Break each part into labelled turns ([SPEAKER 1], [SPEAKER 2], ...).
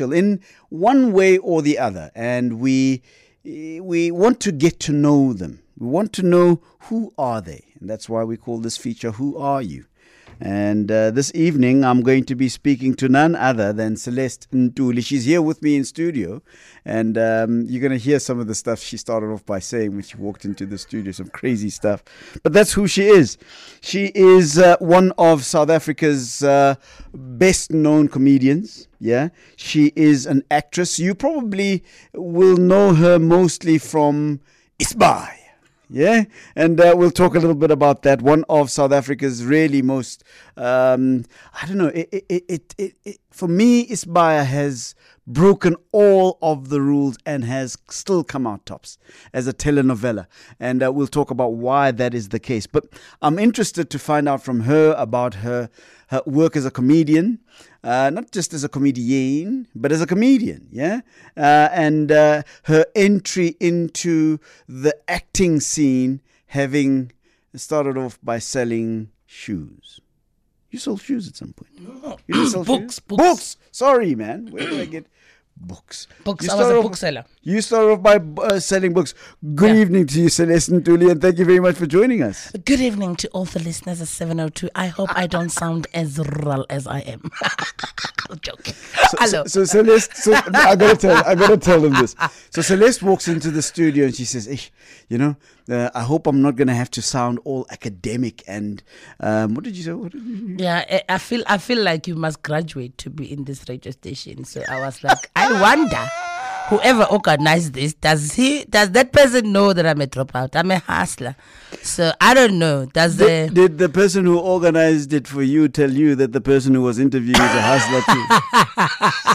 [SPEAKER 1] in one way or the other, and we we want to get to know them. We want to know who are they, and that's why we call this feature "Who Are You." And uh, this evening, I'm going to be speaking to none other than Celeste Ntuli. She's here with me in studio, and um, you're going to hear some of the stuff she started off by saying when she walked into the studio, some crazy stuff. But that's who she is. She is uh, one of South Africa's uh, best known comedians. Yeah, she is an actress. You probably will know her mostly from Isbai. Yeah, and uh, we'll talk a little bit about that. One of South Africa's really most, um, I don't know, it, it, it, it, it, for me, Isbaya has broken all of the rules and has still come out tops as a telenovela. And uh, we'll talk about why that is the case. But I'm interested to find out from her about her, her work as a comedian, uh, not just as a comedian, but as a comedian, yeah? Uh, and uh, her entry into the acting scene, having started off by selling shoes. You sold shoes at some point. You didn't sell
[SPEAKER 2] Books,
[SPEAKER 1] shoes?
[SPEAKER 2] books.
[SPEAKER 1] Sorry, man. Where did I get books?
[SPEAKER 2] Books.
[SPEAKER 1] You
[SPEAKER 2] I was
[SPEAKER 1] started
[SPEAKER 2] a
[SPEAKER 1] off-
[SPEAKER 2] bookseller.
[SPEAKER 1] You started off by uh, selling books. Good
[SPEAKER 2] Yeah.
[SPEAKER 1] evening to you, Celeste and Tuli, and thank you very much for joining us.
[SPEAKER 2] Good evening to all the listeners of 702. I hope I don't sound as rural as I am. I'm joking. Hello.
[SPEAKER 1] So Celeste, so, no, I gotta tell, I gotta tell them this. So Celeste walks into the studio and she says, "Eh, you know, uh, I hope I'm not gonna have to sound all academic and um, what did you say? What did you,
[SPEAKER 2] yeah, I- I feel I feel like you must graduate to be in this radio station. So I was like, I wonder whoever organized this, does he does that person know that I'm a dropout? I'm a hustler. So I don't know. Does the,
[SPEAKER 1] did, did the person who organized it for you tell you that the person who was interviewing is a hustler too?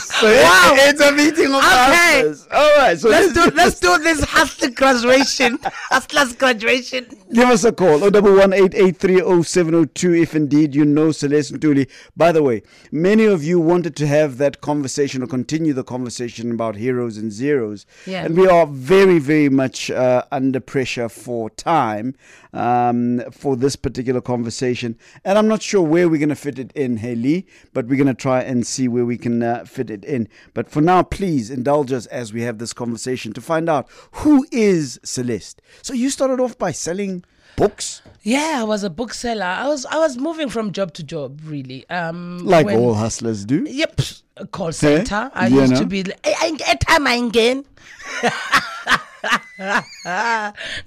[SPEAKER 1] so it- it's a meeting of hustlers. All right, so
[SPEAKER 2] let's
[SPEAKER 1] this-
[SPEAKER 2] do let's do this hustler graduation. Hustler's graduation.
[SPEAKER 1] Give us a call, 011-883-0702 if indeed you know Celeste Ntuli. By the way, many of you wanted to have that conversation or continue the conversation about heroes and zeros.
[SPEAKER 2] Yeah.
[SPEAKER 1] And we are very, very much uh, under pressure for time um, for this particular conversation. And I'm not sure where we're going to fit it in, Haley, but we're going to try and see where we can uh, fit it in. But for now, please indulge us as we have this conversation to find out who is Celeste. So you started off by selling books,
[SPEAKER 2] Yeah, I was a bookseller. I was I was moving from job to job, really. Um,
[SPEAKER 1] like
[SPEAKER 2] when-
[SPEAKER 1] all hustlers do.
[SPEAKER 2] Yep, a call center. I
[SPEAKER 1] you
[SPEAKER 2] used
[SPEAKER 1] know.
[SPEAKER 2] to be. like, I get eh, time I again.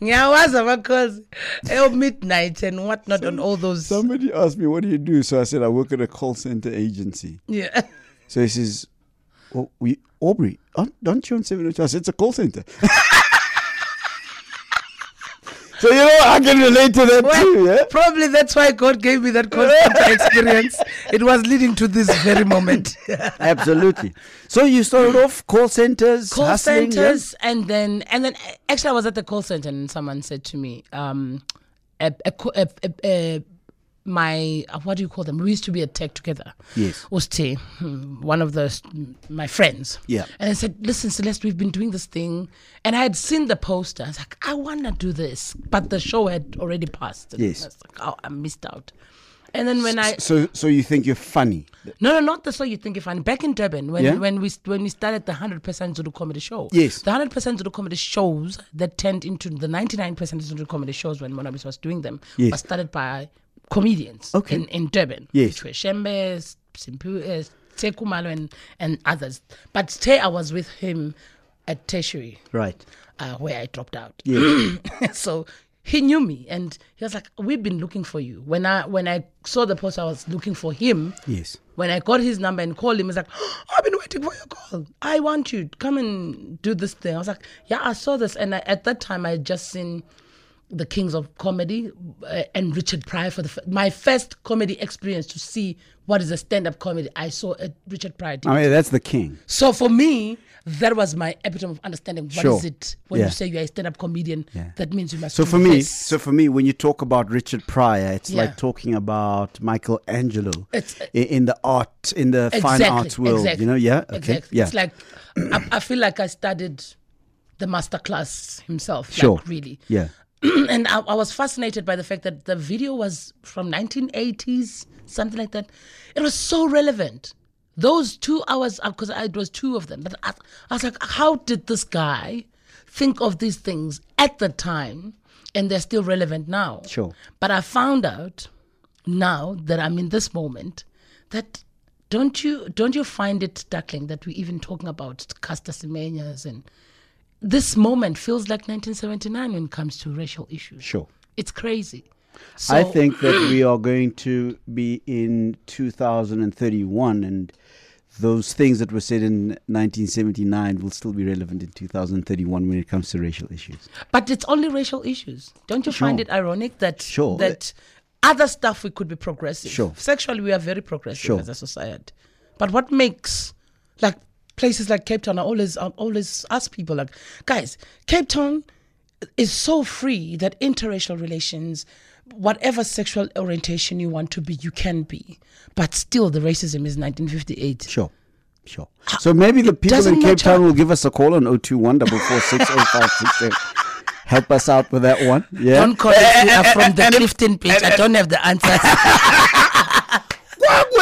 [SPEAKER 2] Ngiyawaza because Eh, oh, midnight and whatnot on all those.
[SPEAKER 1] Somebody asked me, "What do you do?" So I said, "I work at a call center agency."
[SPEAKER 2] yeah.
[SPEAKER 1] So he says, well, we, Aubrey, aren't, aren't you on 702? I said, it's a call center. so, you know, I can relate to that too, yeah?
[SPEAKER 2] Well, probably that's why God gave me that call center experience. It was leading to this very moment.
[SPEAKER 1] Absolutely. So you started off call centers,
[SPEAKER 2] call
[SPEAKER 1] hustling, yeah?
[SPEAKER 2] centers and then and then uh, actually i was at the call center and someone said to me um a, a, co- a, a, a, my uh, what do you call them we used to be at tech together
[SPEAKER 1] Yes.
[SPEAKER 2] was T, hmm, one of the s- my friends
[SPEAKER 1] Yeah.
[SPEAKER 2] and i said listen celeste we've been doing this thing and i had seen the poster i was like i want to do this but the show had already passed And
[SPEAKER 1] Yes.
[SPEAKER 2] i was like oh i missed out and then when i
[SPEAKER 1] So, so you think you're funny?
[SPEAKER 2] no, no, not the show you think you find. Back in Durban, when
[SPEAKER 1] Yeah?
[SPEAKER 2] when we when we started the hundred percent Zulu comedy show,
[SPEAKER 1] Yes.
[SPEAKER 2] the hundred percent Zulu comedy shows that turned into the ninety nine percent Zulu comedy shows when Monabis was doing them
[SPEAKER 1] Yes.
[SPEAKER 2] were started by comedians
[SPEAKER 1] Okay.
[SPEAKER 2] in, in Durban,
[SPEAKER 1] Yes.
[SPEAKER 2] which were Shembe, S- Simpu, uh, Te Kumalo, and and others. But Te, I was with him at tertiary
[SPEAKER 1] Right.
[SPEAKER 2] uh, where I dropped out. so he knew me, and he was like, "We've been looking for you." When I when I saw the post, I was looking for him.
[SPEAKER 1] Yes.
[SPEAKER 2] When I got his number and called him, he's like, "Oh, "I've been waiting for your call. I want you to come and do this thing." I was like, "Yeah, I saw this," and I, at that time, I had just seen the Kings of Comedy uh, and Richard Pryor for the f- my first comedy experience to see what is a stand up comedy. I saw uh, Richard Pryor. did.
[SPEAKER 1] I mean, that's the king.
[SPEAKER 2] So for me, that was my epitome of understanding. What is
[SPEAKER 1] Sure.
[SPEAKER 2] it when
[SPEAKER 1] Yeah.
[SPEAKER 2] you say you're a stand-up comedian? That means you must.
[SPEAKER 1] So
[SPEAKER 2] do
[SPEAKER 1] for me,
[SPEAKER 2] this.
[SPEAKER 1] so for me, when you talk about Richard Pryor, it's
[SPEAKER 2] Yeah.
[SPEAKER 1] like talking about Michelangelo
[SPEAKER 2] It's- uh,
[SPEAKER 1] i- in, the art, in the fine arts world. You know, yeah, okay,
[SPEAKER 2] exactly.
[SPEAKER 1] yeah.
[SPEAKER 2] It's like I, I feel like I studied the master class himself.
[SPEAKER 1] sure,
[SPEAKER 2] Like, really.
[SPEAKER 1] yeah.
[SPEAKER 2] and I, I was fascinated by the fact that the video was from 1980s, something like that. It was so relevant. Those two hours, because it was two of them, but I, I was like, how did this guy think of these things at the time and they're still relevant now?
[SPEAKER 1] Sure.
[SPEAKER 2] But I found out now that I'm in this moment that don't you don't you find it startling that we're even talking about Caster Semenya and this moment feels like 1979 when it comes to racial issues.
[SPEAKER 1] Sure.
[SPEAKER 2] It's crazy.
[SPEAKER 1] I
[SPEAKER 2] So-
[SPEAKER 1] think that we are going to be in 2031, and those things that were said in 1979 will still be relevant in 2031 when it comes to racial issues.
[SPEAKER 2] But it's only racial issues. Don't you find
[SPEAKER 1] Sure.
[SPEAKER 2] it ironic that
[SPEAKER 1] Sure.
[SPEAKER 2] that other stuff we could be progressive?
[SPEAKER 1] Sure.
[SPEAKER 2] Sexually, we are very progressive
[SPEAKER 1] Sure.
[SPEAKER 2] as a society. But what makes like places like Cape Town? I always I always ask people like, guys, Cape Town is so free that interracial relations whatever sexual orientation you want to be you can be but still the racism is 1958
[SPEAKER 1] Sure. Sure. So maybe the people
[SPEAKER 2] doesn't
[SPEAKER 1] in Cape
[SPEAKER 2] matter.
[SPEAKER 1] Town will give us a call on 021 446 0567. Help us out with that one. Yeah.
[SPEAKER 2] don't call it you are from the clifton beach i don't have the answer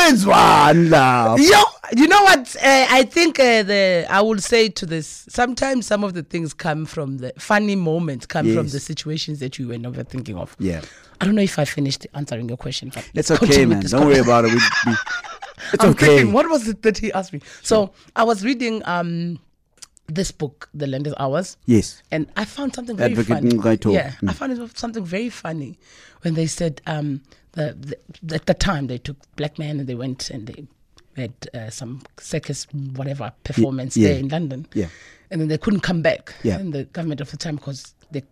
[SPEAKER 1] Kwakwenziwani lapha?
[SPEAKER 2] Yo, you know what? Uh, I think uh, the I will say to this. Sometimes some of the things come from the funny moments, come from
[SPEAKER 1] Yes.
[SPEAKER 2] the situations that you were never thinking of.
[SPEAKER 1] Yeah.
[SPEAKER 2] I don't know if I finished answering your question. But
[SPEAKER 1] It's
[SPEAKER 2] let's
[SPEAKER 1] okay,
[SPEAKER 2] continue
[SPEAKER 1] man.
[SPEAKER 2] this
[SPEAKER 1] Don't worry about it. We, we, it's
[SPEAKER 2] I'm
[SPEAKER 1] okay.
[SPEAKER 2] thinking, what was it that he asked me? So I was reading um this book, The Lenders Hours.
[SPEAKER 1] yes.
[SPEAKER 2] And I found something very
[SPEAKER 1] Advocate Mm.
[SPEAKER 2] funny.
[SPEAKER 1] Ngaito.
[SPEAKER 2] Yeah, I found it something very funny when they said um, the, the, at the time they took black men and they went and they had uh, some circus whatever performance
[SPEAKER 1] yeah.
[SPEAKER 2] there in London.
[SPEAKER 1] Yeah.
[SPEAKER 2] and then they couldn't come back.
[SPEAKER 1] Yeah.
[SPEAKER 2] and the government of the time because they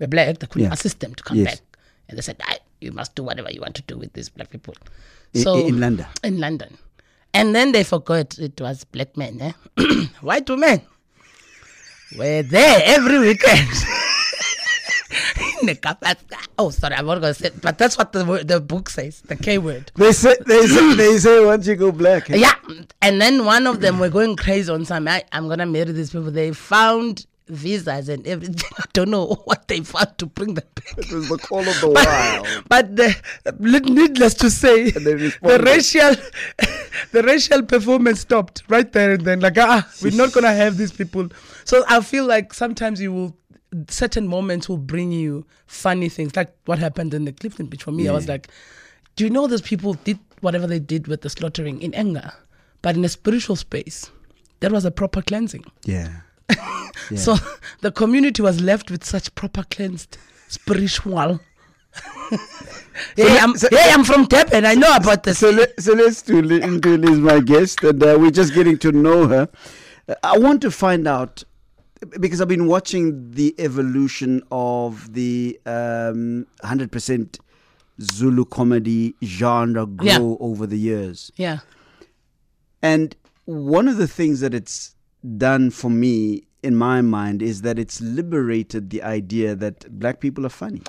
[SPEAKER 2] were black, they couldn't
[SPEAKER 1] Yeah.
[SPEAKER 2] assist them to come
[SPEAKER 1] Yes.
[SPEAKER 2] back, and they said, "Ah, "You must do whatever you want to do with these black people."
[SPEAKER 1] I- in London.
[SPEAKER 2] In London. And then they forgot it was black men, eh? White women were there every weekend. In the Kapasta. oh, sorry, I'm not going to say but that's what the, word, the book says, the K word.
[SPEAKER 1] They say, they say, they say once you go black.
[SPEAKER 2] Yeah, and then one of them were going crazy on some, I, I'm going to marry these people. They found visas and everything. I don't know what they found to bring them back.
[SPEAKER 1] It was the call of the wild.
[SPEAKER 2] But, but the, li- needless to say,
[SPEAKER 1] they
[SPEAKER 2] the
[SPEAKER 1] responded.
[SPEAKER 2] racial, the racial performance stopped right there and then. Like, ah, we're not gonna have these people. So I feel like sometimes you will, certain moments will bring you funny things, like what happened in the Clifton Beach. For me, I was like, do you know those people did whatever they did with the slaughtering in anger, but in a spiritual space, that was a proper cleansing.
[SPEAKER 1] Yeah.
[SPEAKER 2] So the community was left with such proper cleansed spiritual. hey, I'm,
[SPEAKER 1] so-
[SPEAKER 2] hey, I'm from Durban. I know about this.
[SPEAKER 1] So, let, so let's do Ntuli is my guest, and uh, we're just getting to know her. Uh, I want to find out because I've been watching the evolution of the um, 100% Zulu comedy genre grow
[SPEAKER 2] Yeah.
[SPEAKER 1] over the years.
[SPEAKER 2] yeah.
[SPEAKER 1] And one of the things that it's done for me in my mind is that it's liberated the idea that black people are funny.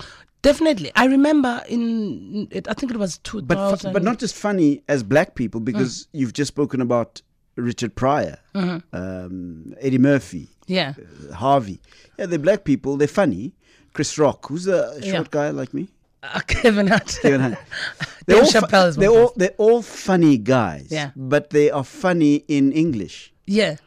[SPEAKER 2] Definitely. I remember in, it, I think it was 2000.
[SPEAKER 1] But, fu- but not just funny as black people,
[SPEAKER 2] Mm.
[SPEAKER 1] because you've just spoken about Richard Pryor,
[SPEAKER 2] Mm-hmm.
[SPEAKER 1] um, Eddie Murphy,
[SPEAKER 2] Yeah.
[SPEAKER 1] uh, Harvey. Yeah, they're black people, they're funny. Chris Rock, who's a short
[SPEAKER 2] Yeah.
[SPEAKER 1] guy like me.
[SPEAKER 2] Uh, Kevin Hart.
[SPEAKER 1] Kevin Hart.
[SPEAKER 2] Dave
[SPEAKER 1] all, fu-
[SPEAKER 2] Chappelle is one
[SPEAKER 1] they're,
[SPEAKER 2] of
[SPEAKER 1] all, they're all funny guys,
[SPEAKER 2] Yeah.
[SPEAKER 1] but they are funny in English.
[SPEAKER 2] Yeah.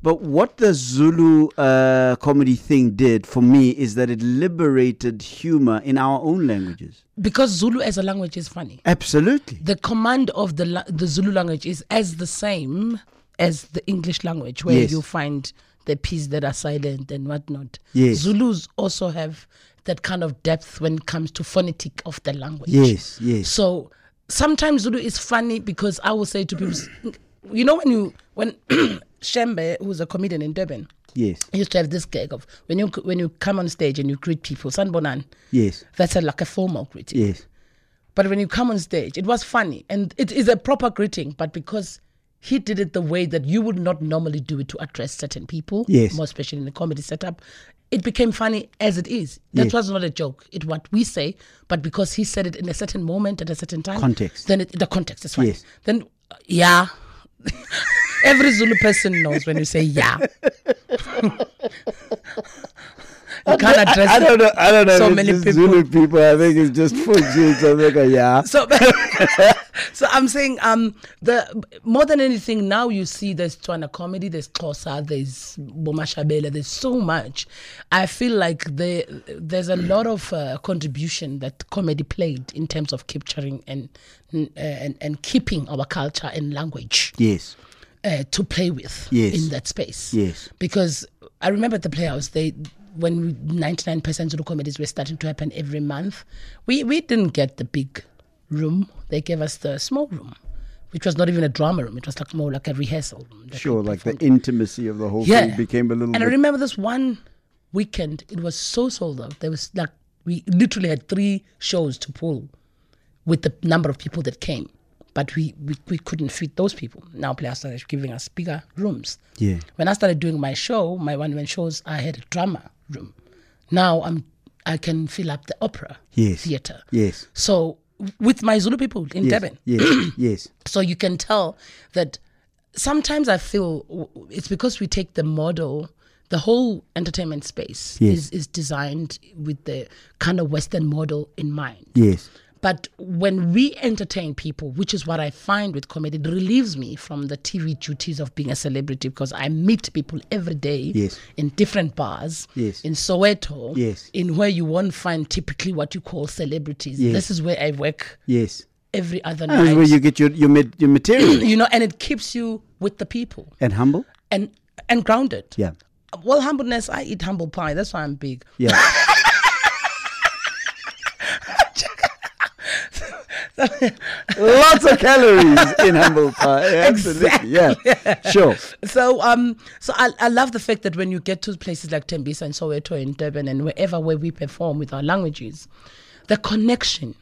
[SPEAKER 1] But what the Zulu uh, comedy thing did for me is that it liberated humor in our own languages.
[SPEAKER 2] Because Zulu as a language is funny.
[SPEAKER 1] Absolutely.
[SPEAKER 2] the command of the la- the Zulu language is as the same as the English language, where
[SPEAKER 1] Yes.
[SPEAKER 2] you find the pieces that are silent and whatnot.
[SPEAKER 1] Yes.
[SPEAKER 2] Zulus also have that kind of depth when it comes to phonetic of the language.
[SPEAKER 1] Yes, yes.
[SPEAKER 2] So sometimes Zulu is funny because I will say to people, you know, when you when Shembe, who's a comedian in Durban,
[SPEAKER 1] Yes,
[SPEAKER 2] used to have this gag of when you when you come on stage and you greet people, Sanbonan,
[SPEAKER 1] yes,
[SPEAKER 2] that's a, like a formal greeting.
[SPEAKER 1] yes.
[SPEAKER 2] But when you come on stage, it was funny and it is a proper greeting. But because he did it the way that you would not normally do it to address certain people,
[SPEAKER 1] Yes.
[SPEAKER 2] more especially in the comedy setup, it became funny as it is. That was not a joke. It what we say, but because he said it in a certain moment at a certain time,
[SPEAKER 1] Context.
[SPEAKER 2] Then it, the context is funny.
[SPEAKER 1] Yes.
[SPEAKER 2] Then uh, yeah, every Zulu person knows when you say yeah. you can't address
[SPEAKER 1] I, I don't know. I don't know.
[SPEAKER 2] so
[SPEAKER 1] if it's
[SPEAKER 2] many
[SPEAKER 1] just
[SPEAKER 2] people.
[SPEAKER 1] Zulu people. I think it's just full Jews. I think, yeah.
[SPEAKER 2] So, so I'm saying um the more than anything now you see there's Tswana comedy, there's Xhosa, there's Bomashabela, there's so much. I feel like the there's a lot of uh, contribution that comedy played in terms of capturing and and and keeping our culture and language
[SPEAKER 1] Yes.
[SPEAKER 2] uh, to play with
[SPEAKER 1] Yes.
[SPEAKER 2] in that space.
[SPEAKER 1] Yes.
[SPEAKER 2] Because I remember at the Playhouse, they when ninety nine percent of the comedies were starting to happen every month, we we didn't get the big room. They gave us the small room, which was not even a drama room. It was like more like a rehearsal room. that
[SPEAKER 1] Sure,
[SPEAKER 2] we
[SPEAKER 1] like the
[SPEAKER 2] performed.
[SPEAKER 1] intimacy of the whole thing became a little
[SPEAKER 2] And I
[SPEAKER 1] bit.
[SPEAKER 2] remember this one weekend, it was so sold out. There was like we literally had three shows to pull with the number of people that came. But we, we, we couldn't fit those people. Now players started giving us bigger rooms.
[SPEAKER 1] Yeah.
[SPEAKER 2] When I started doing my show, my one man shows, I had a drama room. Now I'm I can fill up the opera
[SPEAKER 1] Yes.
[SPEAKER 2] theater.
[SPEAKER 1] Yes.
[SPEAKER 2] So with my Zulu people in
[SPEAKER 1] Yes.
[SPEAKER 2] Devon.
[SPEAKER 1] Yes. yes.
[SPEAKER 2] So you can tell that sometimes I feel w- it's because we take the model. The whole entertainment space
[SPEAKER 1] Yes.
[SPEAKER 2] is, is designed with the kind of Western model in mind.
[SPEAKER 1] Yes.
[SPEAKER 2] But when we entertain people, which is what I find with comedy, it relieves me from the TV duties of being a celebrity because I meet people every day
[SPEAKER 1] Yes.
[SPEAKER 2] in different bars,
[SPEAKER 1] Yes.
[SPEAKER 2] in Soweto,
[SPEAKER 1] Yes.
[SPEAKER 2] in where you won't find typically what you call celebrities.
[SPEAKER 1] Yes.
[SPEAKER 2] This is where I work
[SPEAKER 1] Yes.
[SPEAKER 2] every other
[SPEAKER 1] That's
[SPEAKER 2] night
[SPEAKER 1] where you get your your, mat- your material
[SPEAKER 2] you know, and it keeps you with the people
[SPEAKER 1] and humble.
[SPEAKER 2] and and grounded.
[SPEAKER 1] Yeah.
[SPEAKER 2] Well, humbleness. I eat humble pie. That's why I'm big.
[SPEAKER 1] Yeah. Lots of calories in humble pie. Absolutely. Yeah. Sure.
[SPEAKER 2] So um, so I, I love the fact that when you get to places like Tembisa and Soweto and Durban and wherever where we perform with our languages, the connection,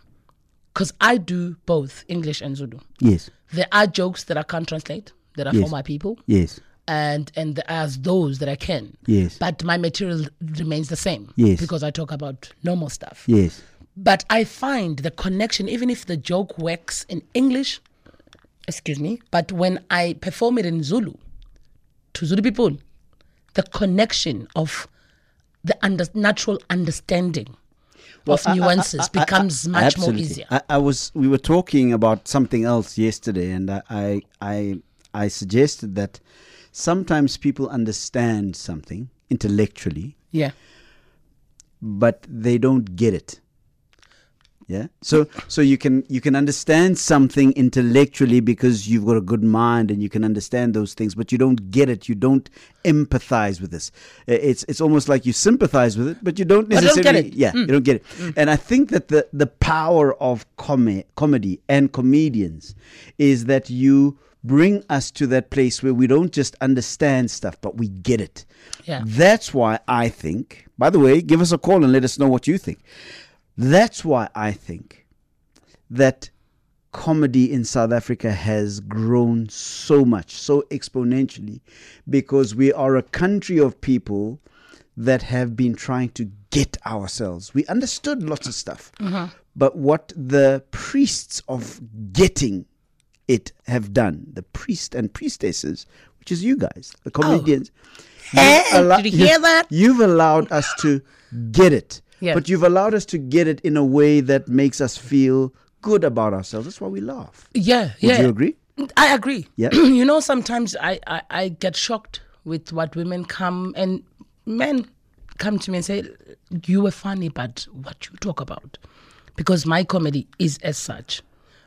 [SPEAKER 2] because I do both English and Zulu.
[SPEAKER 1] Yes.
[SPEAKER 2] There are jokes that I can't translate that are for
[SPEAKER 1] Yes.
[SPEAKER 2] my people.
[SPEAKER 1] Yes.
[SPEAKER 2] and and the, as those that I can.
[SPEAKER 1] Yes.
[SPEAKER 2] But my material remains the same.
[SPEAKER 1] Yes.
[SPEAKER 2] Because I talk about normal stuff.
[SPEAKER 1] Yes.
[SPEAKER 2] But I find the connection, even if the joke works in English, excuse me, but when I perform it in Zulu to Zulu people, the connection of the under, natural understanding of nuances becomes much
[SPEAKER 1] Absolutely.
[SPEAKER 2] more easier.
[SPEAKER 1] I, I was we were talking about something else yesterday, and I I I, I suggested that sometimes people understand something intellectually,
[SPEAKER 2] yeah.
[SPEAKER 1] but they don't get it. Yeah. So so you can you can understand something intellectually because you've got a good mind and you can understand those things, but you don't get it. You don't empathize with this. I- It's it's almost like you sympathize with it, but you don't
[SPEAKER 2] don't get
[SPEAKER 1] necessarily.
[SPEAKER 2] it.
[SPEAKER 1] Yeah, you don't get it. And I think that the the power of com- comedy and comedians is that you bring us to that place where we don't just understand stuff, but we get it.
[SPEAKER 2] Yeah.
[SPEAKER 1] That's why I think, by the way, give us a call and let us know what you think. That's why I think that comedy in South Africa has grown so much, so exponentially, because we are a country of people that have been trying to get ourselves. We understood lots of stuff,
[SPEAKER 2] Mm-hmm.
[SPEAKER 1] but what the priests of getting it have done, the priest and priestesses, which is you guys, the comedians. you've
[SPEAKER 2] Oh. Hey, did you hear that?
[SPEAKER 1] You've allowed us to get it,
[SPEAKER 2] Yeah.
[SPEAKER 1] but you've allowed us to get it in a way that makes us feel good about ourselves. That's why we laugh.
[SPEAKER 2] Yeah.
[SPEAKER 1] Would
[SPEAKER 2] yeah.
[SPEAKER 1] you agree?
[SPEAKER 2] I agree.
[SPEAKER 1] Yeah.
[SPEAKER 2] you know, sometimes I, I, I get shocked with what women come and men come to me and say, You were funny, but what you talk about? Because my comedy is as such.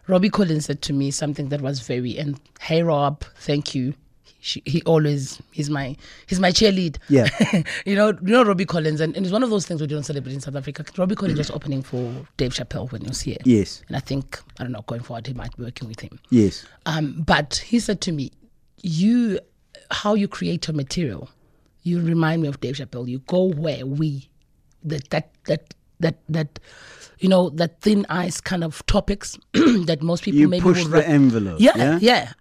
[SPEAKER 2] Robbie Collins said to me something that was very and hey Rob, thank you. She, he always he's my he's my cheerlead.
[SPEAKER 1] Yeah.
[SPEAKER 2] you know, you know Robbie Collins and, and it's one of those things we don't celebrate in South Africa. Robbie Collins was opening for Dave Chappelle when he was here.
[SPEAKER 1] Yes.
[SPEAKER 2] And I think I don't know, going forward he might be working with him.
[SPEAKER 1] Yes.
[SPEAKER 2] Um, but he said to me, "You, how you create your material, you remind me of Dave Chappelle. You go where we, that that that that that, you know, that thin ice kind of topics that most people
[SPEAKER 1] You
[SPEAKER 2] maybe
[SPEAKER 1] push
[SPEAKER 2] will
[SPEAKER 1] the envelope.
[SPEAKER 2] yeah, yeah,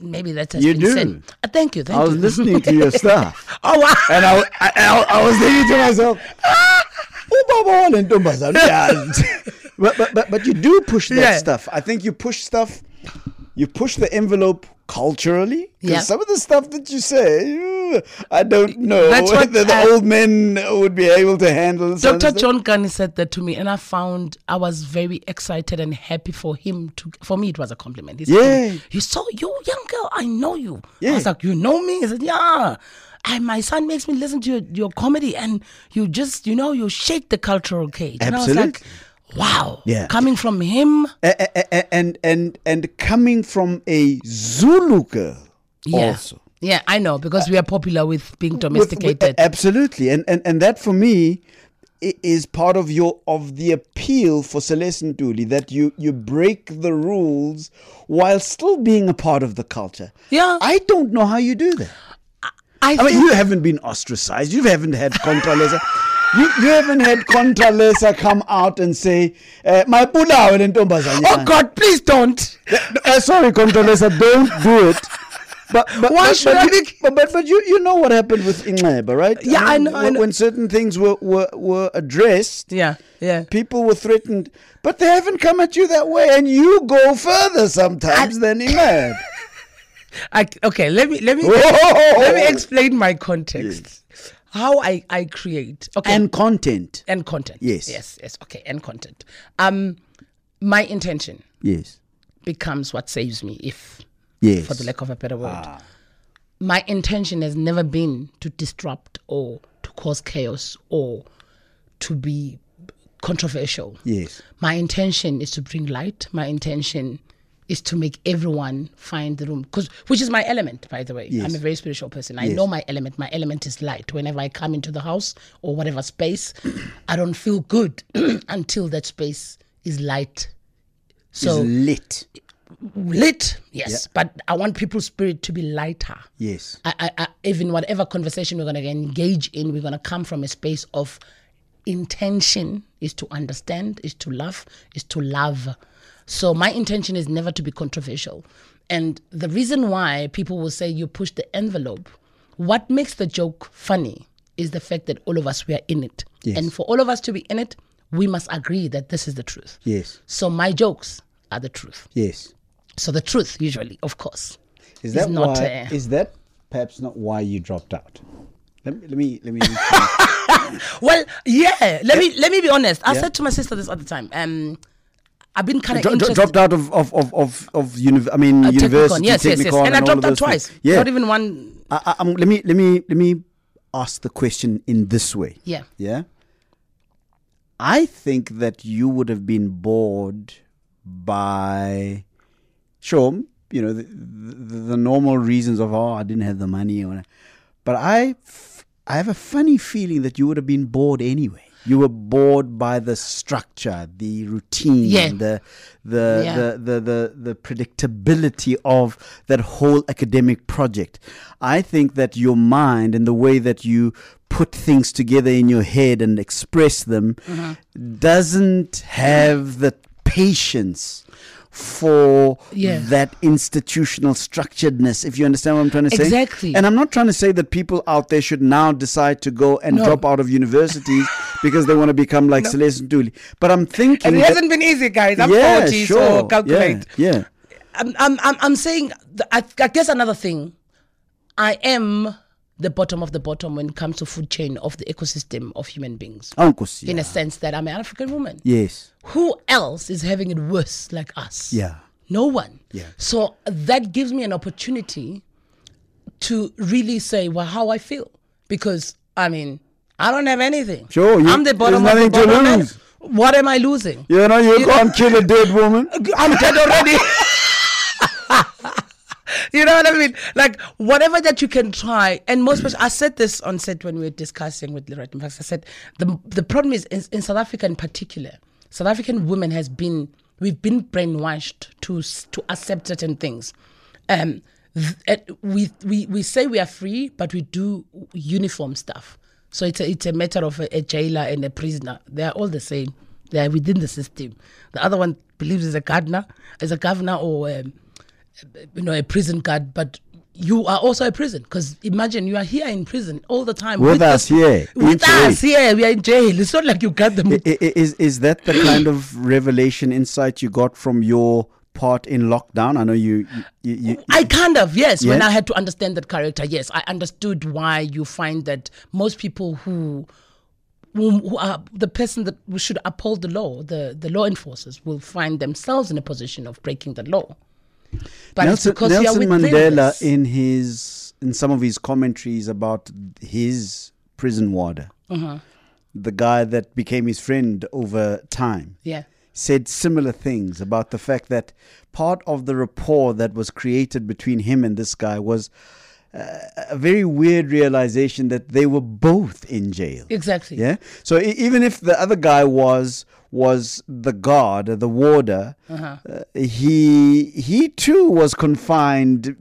[SPEAKER 2] Maybe that has
[SPEAKER 1] You
[SPEAKER 2] been
[SPEAKER 1] do.
[SPEAKER 2] said. Uh, thank you, thank
[SPEAKER 1] I
[SPEAKER 2] you.
[SPEAKER 1] was listening to your stuff.
[SPEAKER 2] oh wow!
[SPEAKER 1] And I, I, I, I was thinking to myself, "Ah, oh, "Ubaba wale ntombazana uyazi." but, but, but, but you do push that
[SPEAKER 2] Yeah.
[SPEAKER 1] stuff. I think you push stuff, you push the envelope culturally. 'cause
[SPEAKER 2] Yeah.
[SPEAKER 1] some of the stuff that you say, you- I don't know
[SPEAKER 2] That's what,
[SPEAKER 1] whether the
[SPEAKER 2] uh,
[SPEAKER 1] old men would be able to handle. some
[SPEAKER 2] Dr.
[SPEAKER 1] stuff.
[SPEAKER 2] John Gani said that to me, and I found I was very excited and happy for him. To for me, it was a compliment. He said, to me,
[SPEAKER 1] Yeah.
[SPEAKER 2] you saw you young girl. I know you. I
[SPEAKER 1] Yeah.
[SPEAKER 2] was like, you know me. He said, yeah. And my son makes me listen to your, your comedy, and you just you know you shake the cultural cage. And I was
[SPEAKER 1] Absolutely.
[SPEAKER 2] like, wow.
[SPEAKER 1] Yeah.
[SPEAKER 2] Coming from him.
[SPEAKER 1] A- a- a- and and and coming from a Zulu girl,
[SPEAKER 2] Yeah.
[SPEAKER 1] also.
[SPEAKER 2] Yeah, I know because we are popular with being
[SPEAKER 1] With- eh,
[SPEAKER 2] domesticated.
[SPEAKER 1] with- absolutely, and, and and that for me i- is part of your of the appeal for Celeste Nduli that you you break the rules while still being a part of the culture.
[SPEAKER 2] Yeah.
[SPEAKER 1] I don't know how you do that.
[SPEAKER 2] I,
[SPEAKER 1] I
[SPEAKER 2] think-
[SPEAKER 1] mean, you haven't been ostracized. You haven't had Contralesa. you, you haven't had Contralesa come out and say, uh, "My pulao and ntombazane."
[SPEAKER 2] oh God, please don't.
[SPEAKER 1] Uh, sorry, Condoleezza, don't do it. But, but
[SPEAKER 2] Why
[SPEAKER 1] but-
[SPEAKER 2] should
[SPEAKER 1] but
[SPEAKER 2] I
[SPEAKER 1] you,
[SPEAKER 2] be-
[SPEAKER 1] But, but but you you know what happened with Inxeba, right?
[SPEAKER 2] Yeah, I know, I
[SPEAKER 1] When,
[SPEAKER 2] know.
[SPEAKER 1] when certain things were, were were addressed,
[SPEAKER 2] Yeah, yeah.
[SPEAKER 1] people were threatened, but they haven't come at you that way, and you go further sometimes than Inxeba.
[SPEAKER 2] I, okay, let me let me let me explain my context. How I I create. Okay.
[SPEAKER 1] and content.
[SPEAKER 2] and content.
[SPEAKER 1] Yes.
[SPEAKER 2] Yes, yes. Okay, and content. Um my intention
[SPEAKER 1] Yes,
[SPEAKER 2] becomes what saves me if
[SPEAKER 1] yes.
[SPEAKER 2] for the lack of a better word. My intention has never been to disrupt or to cause chaos or to be controversial.
[SPEAKER 1] yes,
[SPEAKER 2] My intention is to bring light. My intention is to make everyone find the room, because which is my element, by the way. I'm a very spiritual person. I know my element. My element is light. Whenever I come into the house or whatever space, I don't feel good until that space is light. So
[SPEAKER 1] It's lit.
[SPEAKER 2] lit, yes, but I want people's spirit to be lighter.
[SPEAKER 1] Yes,
[SPEAKER 2] I, I, I, even whatever conversation we're going to engage in, we're going to come from a space of intention is to understand, is to love, is to love. So my intention is never to be controversial. And the reason why people will say you push the envelope, what makes the joke funny is the fact that all of us we are in it. And for all of us to be in it, we must agree that this is the truth.
[SPEAKER 1] yes,
[SPEAKER 2] So my jokes are the truth.
[SPEAKER 1] yes.
[SPEAKER 2] So the truth usually, of course.
[SPEAKER 1] Is
[SPEAKER 2] It's
[SPEAKER 1] that
[SPEAKER 2] not,
[SPEAKER 1] why?
[SPEAKER 2] uh,
[SPEAKER 1] Is that perhaps not why you dropped out? Let me let me let me.
[SPEAKER 2] Well, yeah. Let me let me be honest. I said to my sister this other time. Um, I've been kind of
[SPEAKER 1] Dro- dro-
[SPEAKER 2] interested.
[SPEAKER 1] dropped out of of of of, of univ- I mean
[SPEAKER 2] Technicon,
[SPEAKER 1] university.
[SPEAKER 2] Oh, yes, yes, yes.
[SPEAKER 1] Technicon
[SPEAKER 2] And, I
[SPEAKER 1] all
[SPEAKER 2] dropped
[SPEAKER 1] of
[SPEAKER 2] out
[SPEAKER 1] those
[SPEAKER 2] twice.
[SPEAKER 1] things. Yeah.
[SPEAKER 2] Not even one.
[SPEAKER 1] I, I, I'm- let me let me let me ask the question in this way.
[SPEAKER 2] Yeah.
[SPEAKER 1] Yeah. I think that you would have been bored by, sure, you know, the, the, the normal reasons of oh I didn't have the money or, but I, f- I have a funny feeling that you would have been bored anyway. You were bored by the structure, the routine,
[SPEAKER 2] Yeah.
[SPEAKER 1] the the,
[SPEAKER 2] Yeah.
[SPEAKER 1] the the the the predictability of that whole academic project. I think that your mind and the way that you put things together in your head and express them
[SPEAKER 2] Mm-hmm.
[SPEAKER 1] doesn't have the patience for
[SPEAKER 2] Yeah.
[SPEAKER 1] that institutional structuredness if you understand what i'm trying to say
[SPEAKER 2] Exactly.
[SPEAKER 1] and i'm not trying to say that people out there should now decide to go and
[SPEAKER 2] No.
[SPEAKER 1] drop out of universities because they want to become like celeste Nduli. but i'm thinking
[SPEAKER 2] And it
[SPEAKER 1] that-
[SPEAKER 2] hasn't been easy, guys. I'm
[SPEAKER 1] yeah,
[SPEAKER 2] 40,
[SPEAKER 1] sure.
[SPEAKER 2] so uh, calculate.
[SPEAKER 1] Yeah, yeah.
[SPEAKER 2] I'm, I'm, I'm, I'm saying, th- I, I guess another thing, I am the bottom of the bottom when it comes to food chain of the ecosystem of human beings.
[SPEAKER 1] Oh, Nkosi,
[SPEAKER 2] In
[SPEAKER 1] yeah.
[SPEAKER 2] a sense that I'm an African woman.
[SPEAKER 1] Yes.
[SPEAKER 2] Who else is having it worse like us?
[SPEAKER 1] Yeah.
[SPEAKER 2] No one.
[SPEAKER 1] Yeah.
[SPEAKER 2] So that gives me an opportunity to really say, well, how I feel. Because, I mean, I don't have anything.
[SPEAKER 1] Sure, you-
[SPEAKER 2] I'm the bottom
[SPEAKER 1] there's
[SPEAKER 2] of the
[SPEAKER 1] nothing to
[SPEAKER 2] bottom. man.
[SPEAKER 1] lose.
[SPEAKER 2] What am I losing?
[SPEAKER 1] You know, you can't kill a dead woman.
[SPEAKER 2] I'm dead already. you know what I mean? Like whatever that you can try, and most especially, I said this on set when we were discussing with Loretta Max. I said the the problem is in, in South Africa in particular, South African women has been we've been brainwashed to s- to accept certain things. Um, th- and we we we say we are free, but we do uniform stuff. So it's a, it's a matter of a, a jailer and a prisoner. They are all the same. They are within the system. The other one believes is a gardener, is a governor or um, you know a prison guard, but you are also a prison because imagine you are here in prison all the time
[SPEAKER 1] With us here, in
[SPEAKER 2] With
[SPEAKER 1] jail.
[SPEAKER 2] us here, we are in jail. It's not like you got them.
[SPEAKER 1] I- i- Is is that the kind of revelation insight you got from your part in lockdown? I know you. you, you, you
[SPEAKER 2] I kind of, yes, when
[SPEAKER 1] Yes?
[SPEAKER 2] I had to understand that character, yes, I understood why you find that most people who who, who are the person that who should uphold the law, the, the law enforcers, will find themselves in a position of breaking the law. But it's
[SPEAKER 1] Nelson,
[SPEAKER 2] because
[SPEAKER 1] Nelson
[SPEAKER 2] we are within
[SPEAKER 1] Mandela
[SPEAKER 2] this.
[SPEAKER 1] in his in some of his commentaries about his prison warder,
[SPEAKER 2] Uh-huh.
[SPEAKER 1] the guy that became his friend over time.
[SPEAKER 2] yeah,
[SPEAKER 1] said similar things about the fact that part of the rapport that was created between him and this guy was uh, a very weird realization that they were both in jail.
[SPEAKER 2] exactly.
[SPEAKER 1] Yeah. So e- even if the other guy was was the guard, the warder,
[SPEAKER 2] Uh-huh.
[SPEAKER 1] uh, he he too was confined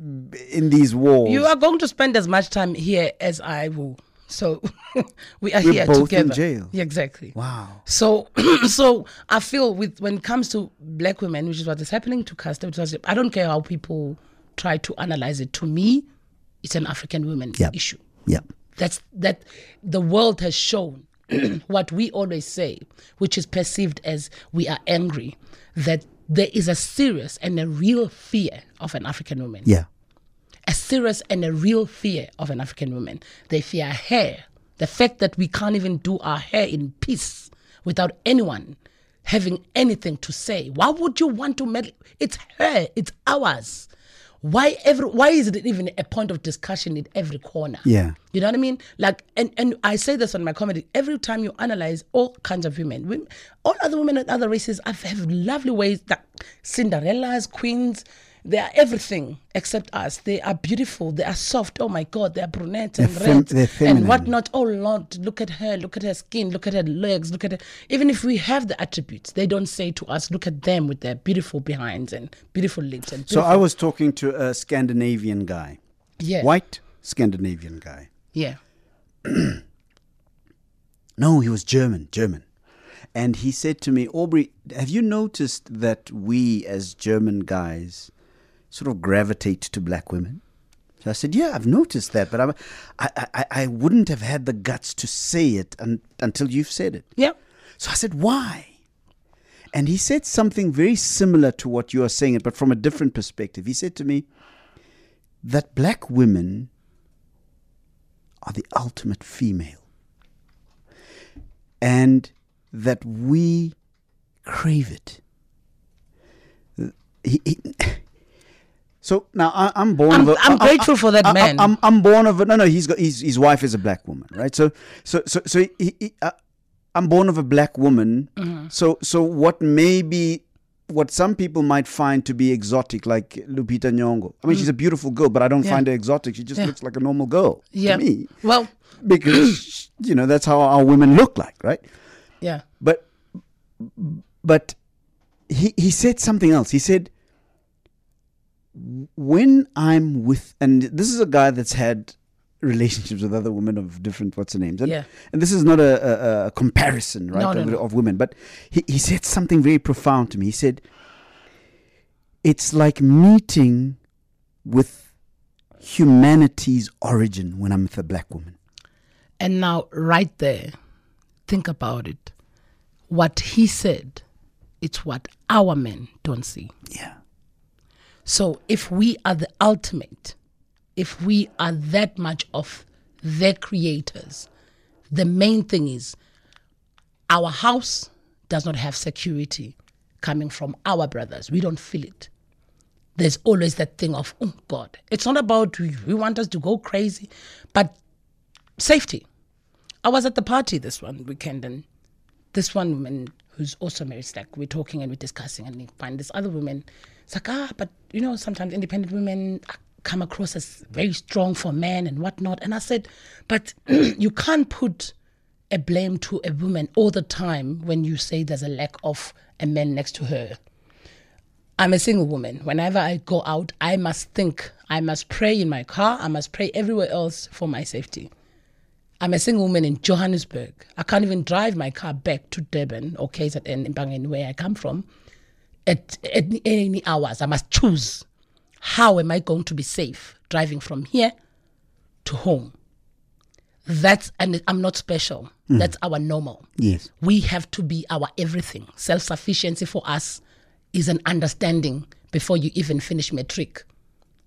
[SPEAKER 1] in these walls.
[SPEAKER 2] You are going to spend as much time here as I will. So we are
[SPEAKER 1] We're
[SPEAKER 2] here
[SPEAKER 1] both in
[SPEAKER 2] together.
[SPEAKER 1] jail.
[SPEAKER 2] Yeah, exactly.
[SPEAKER 1] wow.
[SPEAKER 2] So, so I feel with when it comes to black women, which is what is happening to custom, I don't care how people try to analyze it. To me, it's an African women
[SPEAKER 1] Yeah.
[SPEAKER 2] issue.
[SPEAKER 1] Yeah.
[SPEAKER 2] That's that the world has shown what we always say, which is perceived as we are angry, that there is a serious and a real fear of an African woman
[SPEAKER 1] Yeah.
[SPEAKER 2] a serious and a real fear of an African woman. They fear hair. The fact that we can't even do our hair in peace without anyone having anything to say. Why would you want to meddle? It's her, it's ours. Why every why is it even a point of discussion in every corner?
[SPEAKER 1] Yeah.
[SPEAKER 2] You know what I mean? Like, and, and I say this on my comedy every time you analyze all kinds of women, women all other women and other races have, have lovely ways that Cinderellas, queens, they are everything except us. They are beautiful, they are soft. Oh my God, they are brunettes and
[SPEAKER 1] They're fem- they're
[SPEAKER 2] red and
[SPEAKER 1] feminine.
[SPEAKER 2] whatnot. Oh Lord, look at her, look at her skin, look at her legs, look at her. Even if we have the attributes, they don't say to us, look at them with their beautiful behinds and beautiful lips and
[SPEAKER 1] So
[SPEAKER 2] beautiful.
[SPEAKER 1] I was talking to a Scandinavian guy,
[SPEAKER 2] yeah,
[SPEAKER 1] white Scandinavian guy.
[SPEAKER 2] yeah,
[SPEAKER 1] No, he was German, German. And he said to me, Aubrey, have you noticed that we as German guys sort of gravitate to black women? So I said, yeah, I've noticed that, but I'm, I, I- I, I wouldn't have had the guts to say it un, until you've said it.
[SPEAKER 2] yeah.
[SPEAKER 1] So I said, why? And he said something very similar to what you are saying, it, but from a different perspective. He said to me that black women are the ultimate female and that we crave it. He- he- so now I, I'm born.
[SPEAKER 2] I'm-
[SPEAKER 1] of a-
[SPEAKER 2] I'm grateful for that
[SPEAKER 1] I- I-
[SPEAKER 2] man.
[SPEAKER 1] I'm, I'm born of a no no. He's got his his wife is a black woman, right? So so so so he, he, uh, I'm born of a black woman.
[SPEAKER 2] Mm-hmm.
[SPEAKER 1] So so what maybe what some people might find to be exotic, like Lupita Nyong'o. I mean, she's a beautiful girl, but I don't
[SPEAKER 2] Mm. Yeah.
[SPEAKER 1] find her exotic. She just
[SPEAKER 2] Yeah.
[SPEAKER 1] looks like a normal girl
[SPEAKER 2] Yeah.
[SPEAKER 1] to me,
[SPEAKER 2] Well,
[SPEAKER 1] because you know that's how our women look like, right?
[SPEAKER 2] yeah.
[SPEAKER 1] but but he he said something else. He said when I'm with and this is a guy that's had relationships with other women of different what's her names and,
[SPEAKER 2] Yeah.
[SPEAKER 1] and this is not a, a, a comparison right
[SPEAKER 2] No, no,
[SPEAKER 1] of,
[SPEAKER 2] no.
[SPEAKER 1] of women but he, he said something very profound to me he said it's like meeting with humanity's origin when i'm with a black woman
[SPEAKER 2] And now, right there, think about it. What he said, it's what our men don't see.
[SPEAKER 1] yeah
[SPEAKER 2] So, if we are the ultimate, if we are that much of their creators, the main thing is our house does not have security coming from our brothers. We don't feel it. There's always that thing of, oh God. It's not about we we want us to go crazy, but safety. I was at the party this one weekend, and this one woman who's also married, it's like we're talking and we're discussing, and we find this other woman. It's like, ah, but you know, sometimes independent women are- come across as very strong for men and whatnot. And I said, but you can't put a blame to a woman all the time when you say there's a lack of a man next to her. I'm a single woman. Whenever I go out, I must think. I must pray in my car. I must pray everywhere else for my safety. I'm a single woman in Johannesburg. I can't even drive my car back to Durban or KZN in Bangen, where I come from, at, at any hours. I must choose how am I going to be safe driving from here to home. That's, and I'm not special. That's our normal.
[SPEAKER 1] yes
[SPEAKER 2] We have to be our everything. Self sufficiency for us is an understanding before you even finish matric.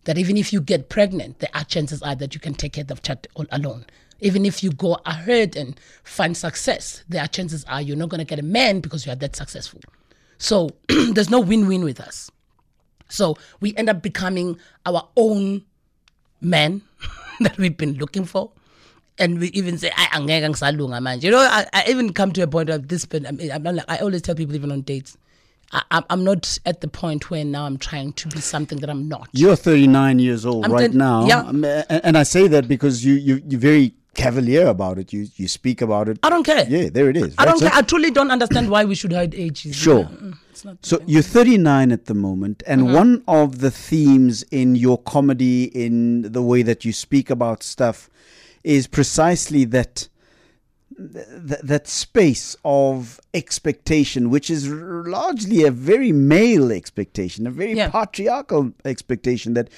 [SPEAKER 2] That even if you get pregnant, there are chances are that you can take care of child all alone. Even if you go ahead and find success, there are chances are you're not going to get a man because you are that successful. So there's no win-win with us. So we end up becoming our own men that we've been looking for. And we even say, I angeke ngisalunga manje. You know, I, I even come to a point of this, but I mean, I'm not like, I always tell people, even on dates, I, I'm- I'm not at the point where now I'm trying to be something that I'm not.
[SPEAKER 1] You're 39 years old
[SPEAKER 2] I'm
[SPEAKER 1] right
[SPEAKER 2] ten-
[SPEAKER 1] now.
[SPEAKER 2] yeah.
[SPEAKER 1] Um, a- a- and I say that because you, you, you're very cavalier about it. You, you speak about it.
[SPEAKER 2] I don't care.
[SPEAKER 1] Yeah, there it is.
[SPEAKER 2] I
[SPEAKER 1] right?
[SPEAKER 2] don't
[SPEAKER 1] So-
[SPEAKER 2] care. I truly don't understand why we should hide ages.
[SPEAKER 1] Sure.
[SPEAKER 2] Mm, It's not.
[SPEAKER 1] So you're 39 at the moment, and
[SPEAKER 2] Uh-huh.
[SPEAKER 1] one of the themes in your comedy, in the way that you speak about stuff, is precisely that th- that space of expectation, which is r- largely a very male expectation, a very
[SPEAKER 2] Yeah.
[SPEAKER 1] patriarchal expectation that.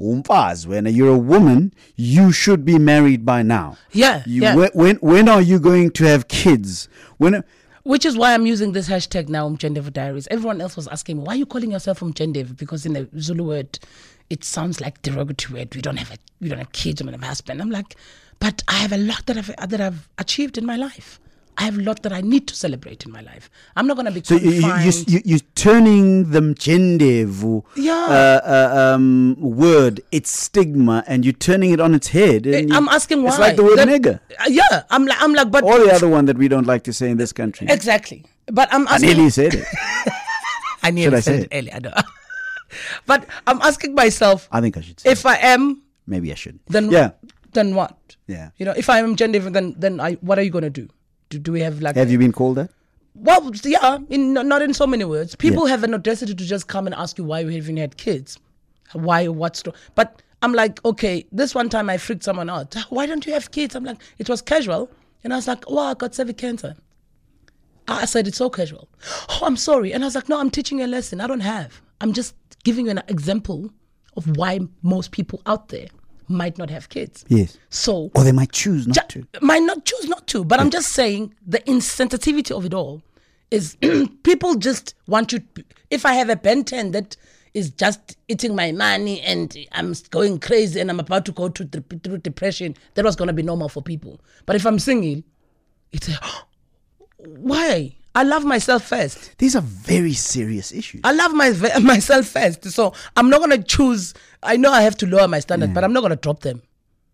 [SPEAKER 1] "Umfazi, When you're a woman, you should be married by now.
[SPEAKER 2] Yeah,
[SPEAKER 1] You,
[SPEAKER 2] yeah.
[SPEAKER 1] When, when when are you going to have kids? When
[SPEAKER 2] Which is why I'm using this hashtag now, Umjendevu Diaries. Everyone else was asking me, why are you calling yourself Umjendevu? Because in the Zulu word, it sounds like derogatory word. We don't have a, we don't have kids, we don't have a husband. I'm like, but I have a lot that I've that I've achieved in my life. I have a lot that I need to celebrate in my life. I'm not gonna be
[SPEAKER 1] So you, you, you,
[SPEAKER 2] confined.
[SPEAKER 1] s- you, you're turning the mchendevu
[SPEAKER 2] Yeah.
[SPEAKER 1] uh, uh, um, word, its stigma, and you're turning it on its head. and you-
[SPEAKER 2] Eh, I'm asking why.
[SPEAKER 1] It's like the word
[SPEAKER 2] That-
[SPEAKER 1] nigger.
[SPEAKER 2] Uh, yeah, I'm like I'm like, but
[SPEAKER 1] Or the other one that we don't like to say in this country.
[SPEAKER 2] exactly. But I'm
[SPEAKER 1] I
[SPEAKER 2] asking.
[SPEAKER 1] nearly said it.
[SPEAKER 2] I nearly
[SPEAKER 1] I
[SPEAKER 2] said
[SPEAKER 1] say
[SPEAKER 2] it earlier. I know. but I'm asking myself
[SPEAKER 1] I think I should say
[SPEAKER 2] if I am
[SPEAKER 1] Maybe I should.
[SPEAKER 2] then
[SPEAKER 1] yeah.
[SPEAKER 2] then what?
[SPEAKER 1] Yeah.
[SPEAKER 2] You know, if I am gender, different, then then I what are you gonna do? Do, do we have like
[SPEAKER 1] Have you been called that?
[SPEAKER 2] well yeah in no- not in so many words people have an audacity to just come and ask you why you haven't had kids, why what's the- but I'm like okay this one time I freaked someone out why don't you have kids I'm like it was casual and I was like wow I got cervical cancer I I said it's so casual oh I'm sorry and I was like no I'm teaching you a lesson I don't have I'm just giving you an example of why most people out there might not have kids
[SPEAKER 1] Yes.
[SPEAKER 2] so
[SPEAKER 1] Or they might choose not to.
[SPEAKER 2] might not choose not to, but I'm just saying the insensitivity of it all is people just want you. If I have a Ben 10 that is just eating my money and I'm going crazy and I'm about to go to dep- through depression, that was going to be normal for people. But if I'm single, it's a, why? I love myself first.
[SPEAKER 1] These are very serious issues.
[SPEAKER 2] I love my myself first. So I'm not going to choose. I know I have to lower my standards, but I'm not going to drop them.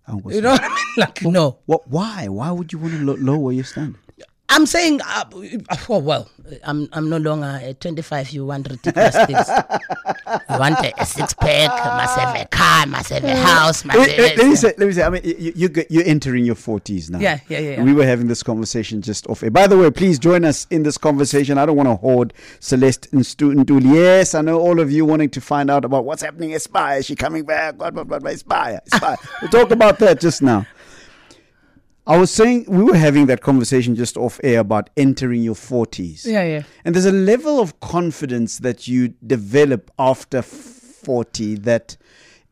[SPEAKER 1] Uncle
[SPEAKER 2] You
[SPEAKER 1] Sam.
[SPEAKER 2] know what I mean? Like, no.
[SPEAKER 1] What, why? Why would you want to lo- lower your standard?
[SPEAKER 2] I'm saying, uh, oh, well, I'm I'm no longer a 25. You want ridiculous things. you want a, a six pack, must have a car, must have a house, must
[SPEAKER 1] Let,
[SPEAKER 2] have
[SPEAKER 1] let- let me
[SPEAKER 2] this.
[SPEAKER 1] say, let me say. I mean, you, you, get- you're entering your 40s now.
[SPEAKER 2] Yeah, yeah, yeah, yeah.
[SPEAKER 1] We were having this conversation just off. air. By the way, please join us in this conversation. I don't want to hoard Celeste and Ntul. Yes, I know all of you wanting to find out about what's happening. Aspire, is she coming back? What, what, what? Aspire, aspire. we'll talk about that just now. I was saying we were having that conversation just off air about entering your 40s.
[SPEAKER 2] Yeah, yeah.
[SPEAKER 1] And there's a level of confidence that you develop after 40 that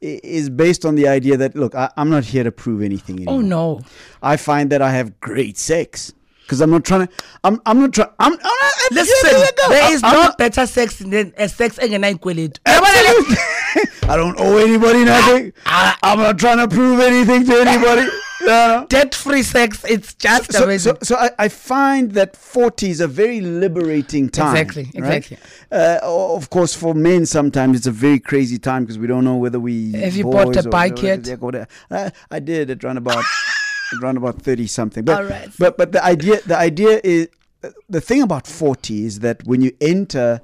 [SPEAKER 1] i- is based on the idea that, look, I, I'm not here to prove anything anymore.
[SPEAKER 2] Oh no,
[SPEAKER 1] I find that I have great sex because I'm not trying to, I'm, I'm not trying, I'm, I'm not,
[SPEAKER 2] listen, there is
[SPEAKER 1] I'm
[SPEAKER 2] no
[SPEAKER 1] not-
[SPEAKER 2] better sex than a sex engenai kwelid.
[SPEAKER 1] Absolutely. I don't owe anybody nothing. I, am not trying to prove anything to anybody. Yeah.
[SPEAKER 2] Debt free sex, it's just
[SPEAKER 1] so,
[SPEAKER 2] amazing.
[SPEAKER 1] so, so I, I find that 40 is a very liberating time.
[SPEAKER 2] Exactly,
[SPEAKER 1] right?
[SPEAKER 2] exactly.
[SPEAKER 1] Uh, o- of course, for men, sometimes it's a very crazy time because we don't know whether we.
[SPEAKER 2] Have you
[SPEAKER 1] boys
[SPEAKER 2] bought a
[SPEAKER 1] or-
[SPEAKER 2] bike yet?
[SPEAKER 1] or whatever. Uh, I did at around about, around about 30 something. But,
[SPEAKER 2] All right.
[SPEAKER 1] but, but the idea, the idea is, the thing about 40 is that when you enter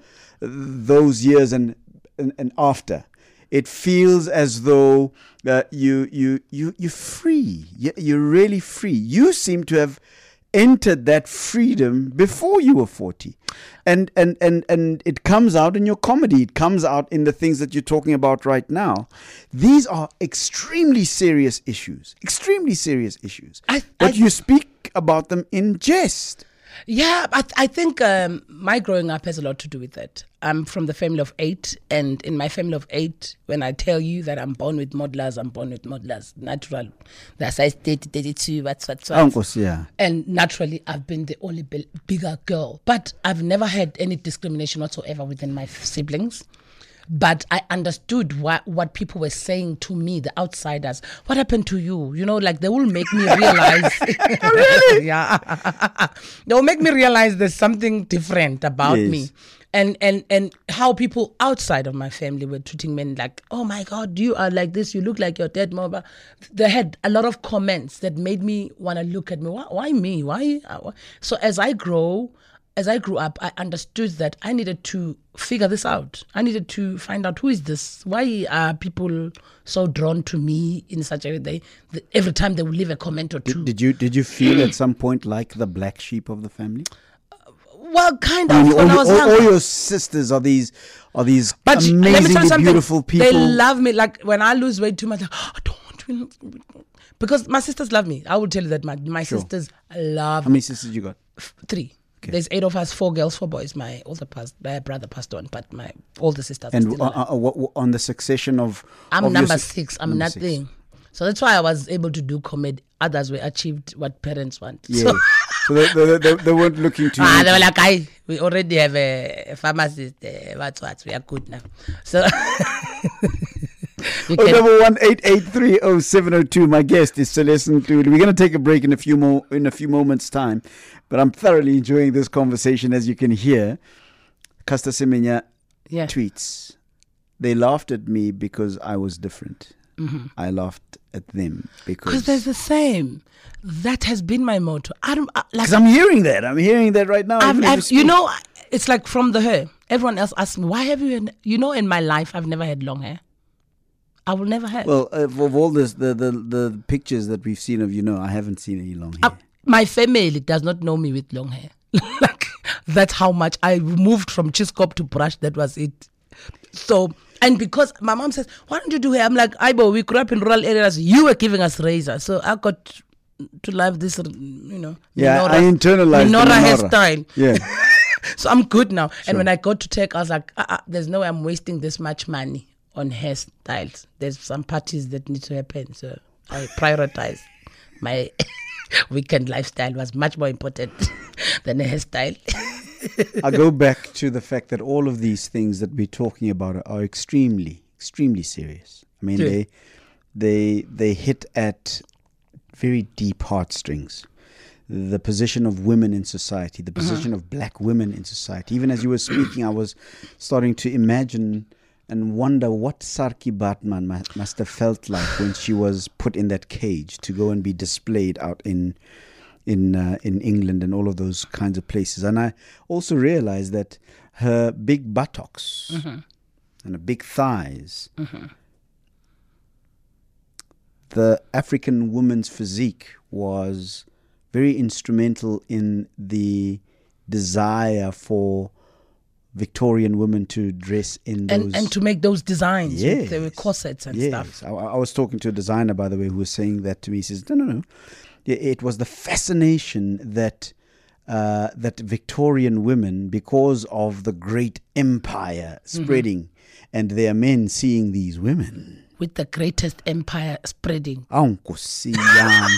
[SPEAKER 1] those years and, and, and after, it feels as though uh, you you you you're free. You- You're really free. You seem to have entered that freedom before you were 40 and and and and it comes out in your comedy it comes out in the things that you're talking about right now these are extremely serious issues extremely serious issues
[SPEAKER 2] I-
[SPEAKER 1] but
[SPEAKER 2] I-
[SPEAKER 1] you speak about them in jest
[SPEAKER 2] Yeah, I, th- I think um, my growing up has a lot to do with that. I'm from the family of eight, and in my family of eight, when I tell you that I'm born with modelers, I'm born with modelers, natural. That's size 30, 32, what's what's what.
[SPEAKER 1] uncles yeah
[SPEAKER 2] And naturally, I've been the only bi- bigger girl, but I've never had any discrimination whatsoever within my f- siblings. but I understood what what people were saying to me, the outsiders. What happened to you? You know, like they will make me realize. really? yeah. they will make me realize there's something different about
[SPEAKER 1] Yes.
[SPEAKER 2] me. And, and and how people outside of my family were treating men like, oh my God, you are like this, you look like your dead mom. They had a lot of comments that made me want to look at me. Why, why me? Why? uh, why?" So as I grow, as I grew up, I understood that I needed to figure this out. I needed to find out who is this? Why are people so drawn to me in such a way? They, th- every time they will leave a comment or two.
[SPEAKER 1] Did you did you feel at some point like the black sheep of the family?
[SPEAKER 2] well, kind
[SPEAKER 1] I
[SPEAKER 2] of.
[SPEAKER 1] mean,
[SPEAKER 2] when
[SPEAKER 1] Um, all,
[SPEAKER 2] I was
[SPEAKER 1] all-
[SPEAKER 2] young.
[SPEAKER 1] all your sisters are these are these
[SPEAKER 2] But sh- let me tell you
[SPEAKER 1] amazingly
[SPEAKER 2] something.
[SPEAKER 1] beautiful people.
[SPEAKER 2] They love me. Like when I lose weight too much, like, "Oh, I don't want to. lose weight." Because my sisters love me. I will tell you that my, my sisters love
[SPEAKER 1] How many sisters you got?
[SPEAKER 2] three. There's eight of us, four girls, four boys. My older past, my brother passed on, but my older sisters. are
[SPEAKER 1] And
[SPEAKER 2] still
[SPEAKER 1] uh,
[SPEAKER 2] alive.
[SPEAKER 1] uh, uh, what- what- on the succession of
[SPEAKER 2] I'm
[SPEAKER 1] of your
[SPEAKER 2] number
[SPEAKER 1] sis-
[SPEAKER 2] six. I'm
[SPEAKER 1] number six.
[SPEAKER 2] nothing. So that's why I was able to do comedy. Others were achieved what parents want.
[SPEAKER 1] Yeah.
[SPEAKER 2] So,
[SPEAKER 1] so they, they, they, they weren't looking to
[SPEAKER 2] ah,
[SPEAKER 1] you.
[SPEAKER 2] they were like, I, we already have a pharmacist. Uh, what's what? We are good now. So you
[SPEAKER 1] Oh,
[SPEAKER 2] can
[SPEAKER 1] number one eight eight three oh seven oh two. My guest is Celeste Ntuli. We're going to take a break in a few more in a few moments' time, but I'm thoroughly enjoying this conversation as you can hear. Casta Semenya
[SPEAKER 2] yeah.
[SPEAKER 1] tweets. They laughed at me because I was different. I laughed at them
[SPEAKER 2] Mm-hmm. Because
[SPEAKER 1] because
[SPEAKER 2] there's the same. That has been my motto. I don't I, like.
[SPEAKER 1] 'Cause I'm hearing that. I'm hearing that right now.
[SPEAKER 2] I've,
[SPEAKER 1] even as
[SPEAKER 2] I've,
[SPEAKER 1] speak.
[SPEAKER 2] you know, it's like from the hair. Everyone else asks me, why have you? Had, you know, in my life, I've never had long hair. I will never have.
[SPEAKER 1] Well, uh, of all this, the, the the pictures that we've seen of you, no, I haven't seen any long hair.
[SPEAKER 2] Uh, my family does not know me with long hair. like that's how much I moved from Chiscop to Brush. That was it. So and because my mom says, "Why don't you do hair?" I'm like, "Ibo, we grew up in rural areas. You were giving us razor, so I got to love this, you know."
[SPEAKER 1] yeah, I internalized the
[SPEAKER 2] Minora
[SPEAKER 1] menorah.
[SPEAKER 2] hairstyle.
[SPEAKER 1] Yeah.
[SPEAKER 2] so I'm good now. And when I got to tech, I was like, uh-uh, there's no way I'm wasting this much money on hairstyles. There's some parties that need to happen. So I prioritize my weekend lifestyle was much more important than a hairstyle.
[SPEAKER 1] I go back to the fact that all of these things that we're talking about are extremely, extremely serious. I mean,
[SPEAKER 2] True.
[SPEAKER 1] they, they, they hit at very deep heartstrings. The position of women in society, the position of black women in society. Even as you were speaking, I was starting to imagine and wonder what Sarki Batman mu- must have felt like when she was put in that cage to go and be displayed out in in uh, in England and all of those kinds of places. And I also realized that her big buttocks
[SPEAKER 2] Mm-hmm.
[SPEAKER 1] and her big thighs, the African woman's physique was very instrumental in the desire for Victorian women to dress in those
[SPEAKER 2] and, and to make those designs with the
[SPEAKER 1] Yes.
[SPEAKER 2] corsets and stuff.
[SPEAKER 1] I, I was talking to a designer, by the way, who was saying that to me. He says, "No, no, no. I- It was the fascination that uh, that Victorian women, because of the great empire
[SPEAKER 2] Mm-hmm.
[SPEAKER 1] spreading, and their men seeing these women."
[SPEAKER 2] With the greatest empire spreading.
[SPEAKER 1] Ah, Awunkosiyami.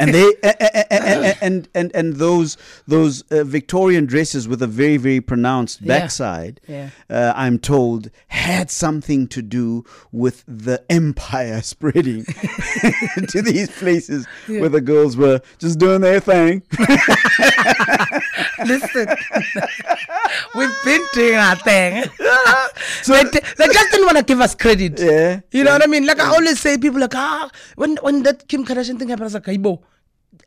[SPEAKER 1] and they eh, a- a- a- a- and and and those those uh, Victorian dresses with a very very pronounced
[SPEAKER 2] Yeah.
[SPEAKER 1] backside,
[SPEAKER 2] Yeah.
[SPEAKER 1] uh, I'm told, had something to do with the empire spreading to these places where the girls were just doing their thing.
[SPEAKER 2] Listen, we've been doing our thing.
[SPEAKER 1] So-
[SPEAKER 2] they, they just didn't want to give us credit.
[SPEAKER 1] Yeah.
[SPEAKER 2] You know what I mean? Like I always say, people like ah, when when that Kim Kardashian thing happened, I was like, Ibo.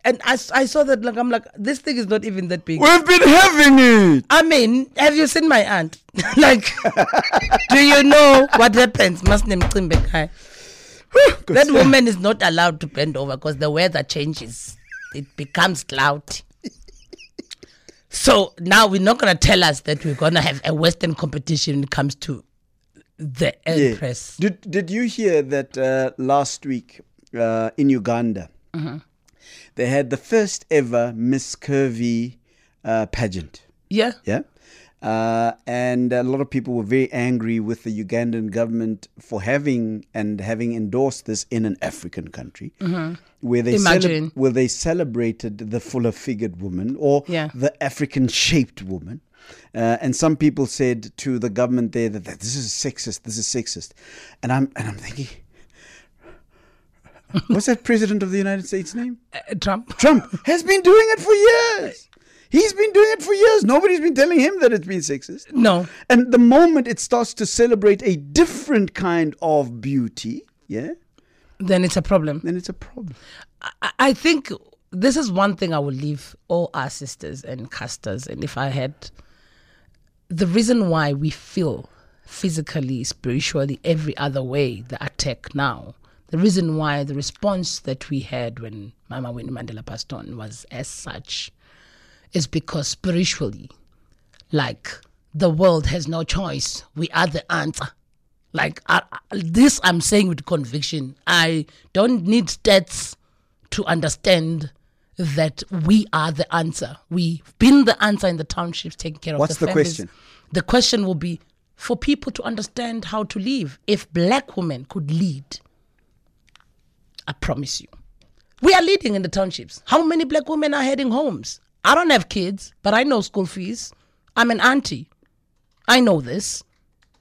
[SPEAKER 2] and I, s- I saw that like I'm like this thing is not even that big.
[SPEAKER 1] We've been having it.
[SPEAKER 2] I mean, have you seen my aunt? like, do you know what happens? Must name Kimbe Kai. That woman is not allowed to bend over because the weather changes. It becomes cloudy. so now we're not gonna tell us that we're gonna have a Western competition when it comes to the
[SPEAKER 1] Yeah.
[SPEAKER 2] Empress.
[SPEAKER 1] Did Did you hear that uh, last week uh, in Uganda? They had the first ever Miss Curvy uh, pageant.
[SPEAKER 2] Yeah.
[SPEAKER 1] Yeah. Uh, and a lot of people were very angry with the Ugandan government for having and having endorsed this in an African country, where they cele-
[SPEAKER 2] Mm-hmm. Imagine.
[SPEAKER 1] where they celebrated the fuller figured woman or
[SPEAKER 2] Yeah.
[SPEAKER 1] the African shaped woman, Uh, and some people said to the government there that, that this is sexist, this is sexist. And I'm, and I'm thinking, what's that president of the United States name?
[SPEAKER 2] Uh, Trump.
[SPEAKER 1] Trump has been doing it for years. He's been doing it for years. Nobody's been telling him that it's been sexist.
[SPEAKER 2] No.
[SPEAKER 1] And the moment it starts to celebrate a different kind of beauty, yeah,
[SPEAKER 2] Then it's a problem.
[SPEAKER 1] then it's a problem.
[SPEAKER 2] I, I think this is one thing I will leave all our sisters and casters. And if I had the reason why we feel physically, spiritually, every other way the attack now, the reason why the response that we had when Mama Winnie Mandela passed on was as such is because spiritually, like the world has no choice. We are the answer. Like I, I- this, I'm saying with conviction. I don't need stats to understand that we are the answer. We've been the answer in the townships, taking care
[SPEAKER 1] What's
[SPEAKER 2] of the,
[SPEAKER 1] the
[SPEAKER 2] families.
[SPEAKER 1] question?
[SPEAKER 2] The question will be for people to understand how to live. If black women could lead, I promise you, we are leading in the townships. How many black women are heading homes? I don't have kids, but I know school fees. I'm an auntie. I know this.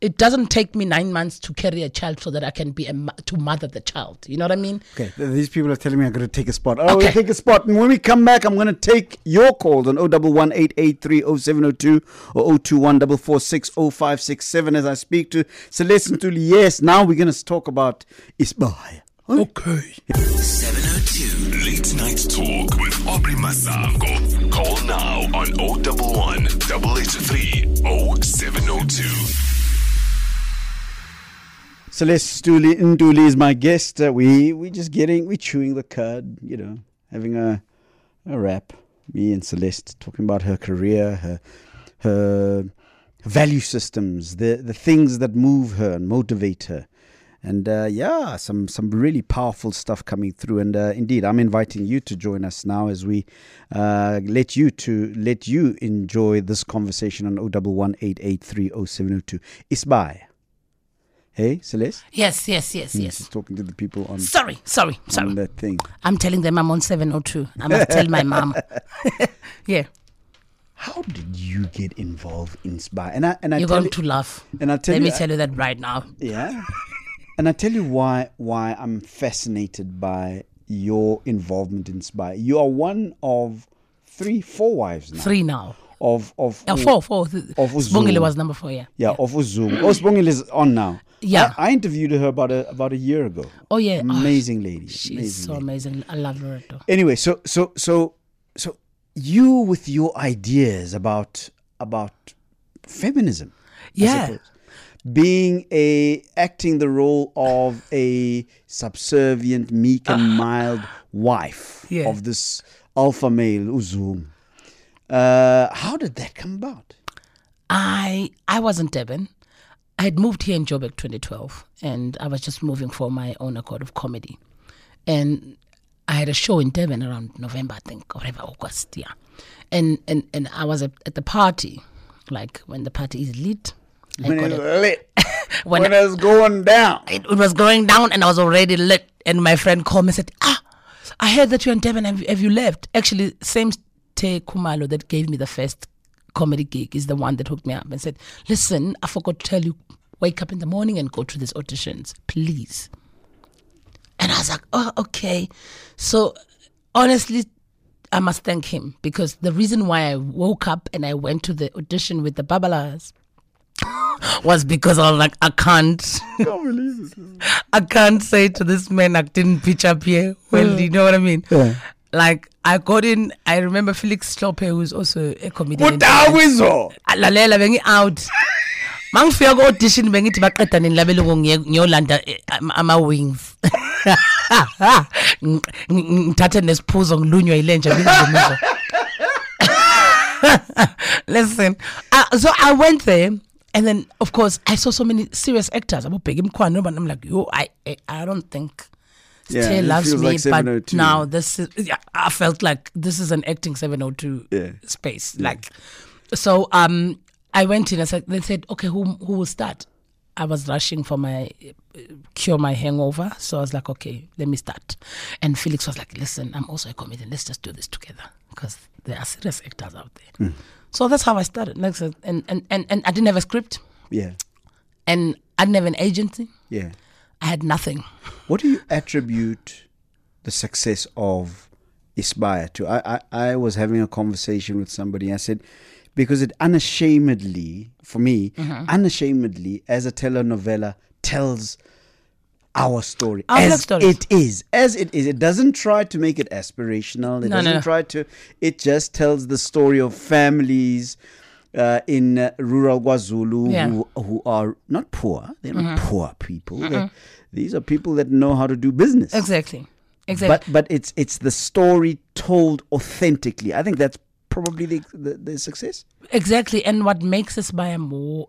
[SPEAKER 2] It doesn't take me nine months to carry a child so that I can be a mo- to mother the child. You know what I mean?
[SPEAKER 1] Okay, th- these people are telling me I'm going to take a spot. Oh, we'll
[SPEAKER 2] Okay.
[SPEAKER 1] take a spot. And when we come back, I'm going to take your calls on 011-883-0702 or 021-446-0567 as I speak to Celeste Ntuli. Yes, now we're going to talk about Isbahaya.
[SPEAKER 2] Okay.
[SPEAKER 3] 702 Late Night Talk with Aubrey Masango. Call now on 011 883 0702.
[SPEAKER 1] Celeste Stuli, Nduli is my guest. Uh, we we just getting we chewing the cud, you know, having a a rap. Me and Celeste talking about her career, her her value systems, the the things that move her and motivate her, and uh, yeah, some some really powerful stuff coming through. And uh, indeed, I'm inviting you to join us now as we uh, let you to let you enjoy this conversation on 011 883 0702. Isbaya. Hey, Celeste?
[SPEAKER 2] Yes, yes, yes,
[SPEAKER 1] She's
[SPEAKER 2] yes.
[SPEAKER 1] talking to the people on,
[SPEAKER 2] Sorry, sorry,
[SPEAKER 1] on
[SPEAKER 2] sorry.
[SPEAKER 1] that thing.
[SPEAKER 2] I'm telling them I'm on 702. I must tell my mom. yeah,
[SPEAKER 1] How did you get involved in Spy? And I and I
[SPEAKER 2] you're
[SPEAKER 1] tell
[SPEAKER 2] going
[SPEAKER 1] you,
[SPEAKER 2] to laugh.
[SPEAKER 1] and I tell
[SPEAKER 2] Let
[SPEAKER 1] you uh,
[SPEAKER 2] me tell you that right now.
[SPEAKER 1] yeah. and I tell you why why I'm fascinated by your involvement in Spy. You are one of three, four wives now
[SPEAKER 2] Three now.
[SPEAKER 1] of Mm. of
[SPEAKER 2] Uh, four, four. Spongile
[SPEAKER 1] Zulu.
[SPEAKER 2] was number four, yeah.
[SPEAKER 1] yeah of Uzum. Oh, Spongil is on now.
[SPEAKER 2] Yeah.
[SPEAKER 1] I, I interviewed her about a about a year ago.
[SPEAKER 2] Oh, yeah. Oh,
[SPEAKER 1] Amazing lady.
[SPEAKER 2] She's
[SPEAKER 1] amazing
[SPEAKER 2] so
[SPEAKER 1] lady.
[SPEAKER 2] amazing. I love Loreto.
[SPEAKER 1] anyway so so so so you with your ideas about about feminism I
[SPEAKER 2] Yeah.
[SPEAKER 1] suppose. being a acting the role of a subservient meek and mild wife
[SPEAKER 2] Ah. Yeah.
[SPEAKER 1] of this alpha male uzum uh, how did that come about
[SPEAKER 2] I I was in Devon. I had moved here in Joburg 2012, and I was just moving for my own accord of comedy. And I had a show in Devon around November, I think, or whatever, August, yeah. And and, and I was at, at the party, like when the party is lit. I got it.
[SPEAKER 1] lit
[SPEAKER 2] When I-
[SPEAKER 1] it's going down
[SPEAKER 2] it, it was going down and I was already lit. And my friend called me and said, Ah, I heard that you're in Devon. Have, you- have you left? Actually, same Te Kumalo that gave me the first comedy gig is the one that hooked me up and said, Listen, I forgot to tell you, wake up in the morning and go to these auditions, please. And I was like, Oh, okay. So honestly, I must thank him because the reason why I woke up and I went to the audition with the Babalas was because I was like, I can't. I can't say to this man I didn't pitch up here. Well, you know what I mean?
[SPEAKER 1] Yeah.
[SPEAKER 2] Like I got in. I remember Felix Slope, who's also a comedian.
[SPEAKER 1] what are we so
[SPEAKER 2] lalela bengi-out ma ngifika ku-audition bengithi baqeda nini labelungu ngiye- ngiyolanda eh, ama- ama-wings Ng- ng- ngithathe nesiphuzo ngilunywa yilenja bengizimizwa listen uh, so i went there and then of course i saw so many serious actors abobheka imkhwana and i'm like yo i, I, I don't think
[SPEAKER 1] Yeah,
[SPEAKER 2] Tay
[SPEAKER 1] it
[SPEAKER 2] loves
[SPEAKER 1] feels
[SPEAKER 2] me,
[SPEAKER 1] like
[SPEAKER 2] but
[SPEAKER 1] 702.
[SPEAKER 2] now this is, yeah, I felt like this is an acting 702
[SPEAKER 1] Yeah.
[SPEAKER 2] space. Like, so um, I went in. I said, they said, okay, who who will start? I was rushing for my uh, cure my hangover. So I was like, okay, let me start. And Felix was like, listen, I'm also a comedian. Let's just do this together because there are serious actors out
[SPEAKER 1] Hmm.
[SPEAKER 2] there. So that's how I started. Like I said, And, and, and, and I didn't have a script
[SPEAKER 1] Yeah.
[SPEAKER 2] and I didn't have an agency.
[SPEAKER 1] Yeah.
[SPEAKER 2] I had nothing.
[SPEAKER 1] What do you attribute the success of Isbaya to? I, I, I was having a conversation with somebody. I said, because it unashamedly, for me,
[SPEAKER 2] Mm-hmm.
[SPEAKER 1] unashamedly, as a telenovela, tells our story
[SPEAKER 2] Our
[SPEAKER 1] as
[SPEAKER 2] black story.
[SPEAKER 1] it is as it is it doesn't try to make it aspirational it
[SPEAKER 2] No, no,
[SPEAKER 1] doesn't
[SPEAKER 2] no.
[SPEAKER 1] try to it just tells the story of families uh, in uh, rural Guazulu
[SPEAKER 2] Yeah.
[SPEAKER 1] who, who are not poor they're not poor people They're- these are people that know how to do business
[SPEAKER 2] Exactly. Exactly.
[SPEAKER 1] but but it's it's the story told authentically i think that's probably the the, the success
[SPEAKER 2] Exactly. And what makes this buyer more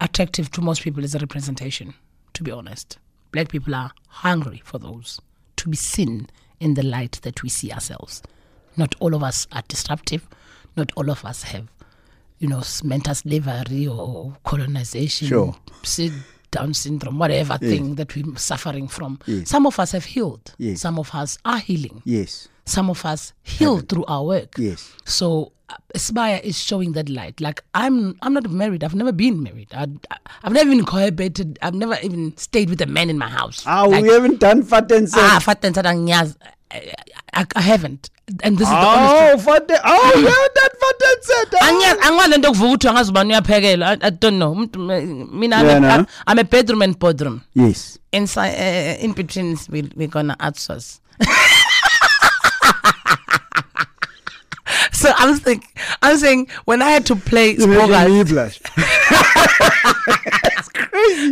[SPEAKER 2] attractive to most people is the representation, to be honest. Black people are hungry for those to be seen in the light that we see ourselves. Not all of us are disruptive, not all of us have, you know, s- mental slavery or colonization,
[SPEAKER 1] Sure.
[SPEAKER 2] sit down syndrome, whatever thing that we're suffering from. Some of us have healed,
[SPEAKER 1] Yes.
[SPEAKER 2] some of us are healing,
[SPEAKER 1] yes
[SPEAKER 2] some of us heal through our work.
[SPEAKER 1] yes
[SPEAKER 2] So uh, Aspire is showing that light. Like I'm, I'm not married. I've never been married. I, I- I've never even cohabited. I've never even stayed with a man in my house.
[SPEAKER 1] ah
[SPEAKER 2] Like,
[SPEAKER 1] we haven't done fat and Sad.
[SPEAKER 2] ah, fat and sad and yes, I, I, I haven't. And this is the honest. truth.
[SPEAKER 1] oh fat and- oh we haven't done fat and Sad. Oh.
[SPEAKER 2] Angiyazi- anginalento yokuvuka kuthiwa ngazi ubani uyaphekelwa I- i don't know Umuntu me- mina I'm a-
[SPEAKER 1] Yeah, no.
[SPEAKER 2] I'm a bedroom and boardroom
[SPEAKER 1] yes
[SPEAKER 2] inside uh, in between we we're gonna outsource. so I'm saying I'm saying when I had to play Spogas,
[SPEAKER 1] blush.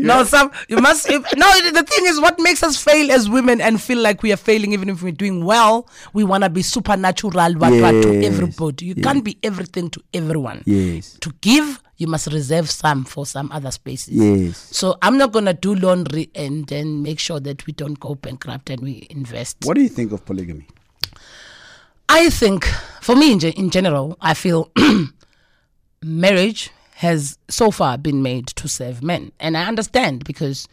[SPEAKER 2] no some you must if, no it- the thing is what makes us fail as women and feel like we are failing even if we're doing well we want to be supernatural what, to
[SPEAKER 1] Yes.
[SPEAKER 2] everybody you can't be everything to everyone
[SPEAKER 1] Yes.
[SPEAKER 2] to give you must reserve some for some other spaces
[SPEAKER 1] Yes.
[SPEAKER 2] So I'm not gonna do laundry and then make sure that we don't go bankrupt and we invest.
[SPEAKER 1] What do you think of polygamy?
[SPEAKER 2] I think for me in, ge- in general, I feel marriage has so far been made to serve men, and I understand because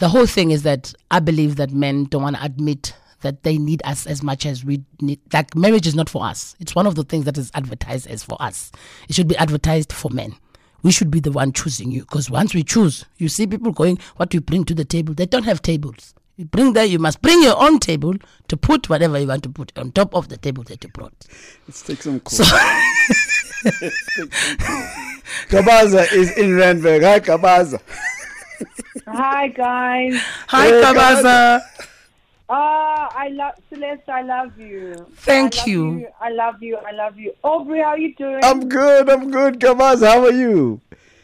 [SPEAKER 2] the whole thing is that I believe that men don't want to admit that they need us as much as we need. Like marriage is not for us. It's one of the things that is advertised as for us. It should be advertised for men. We should be the one choosing you because once we choose, you see people going, "What do you bring to the table?" They don't have tables. You bring there. You must bring your own table to put whatever you want to put on top of the table that you brought.
[SPEAKER 1] Let's take some calls. Kabaza is in Randburg. Hi, Kabaza.
[SPEAKER 4] Hi guys.
[SPEAKER 2] Hi,
[SPEAKER 1] Hey,
[SPEAKER 2] Kabaza.
[SPEAKER 4] Oh, I love Celeste. I love you.
[SPEAKER 2] Thank
[SPEAKER 4] I love
[SPEAKER 2] you.
[SPEAKER 4] I love you. I love you. Aubrey, how you doing?
[SPEAKER 1] I'm good. I'm good. Kabaza, how are you?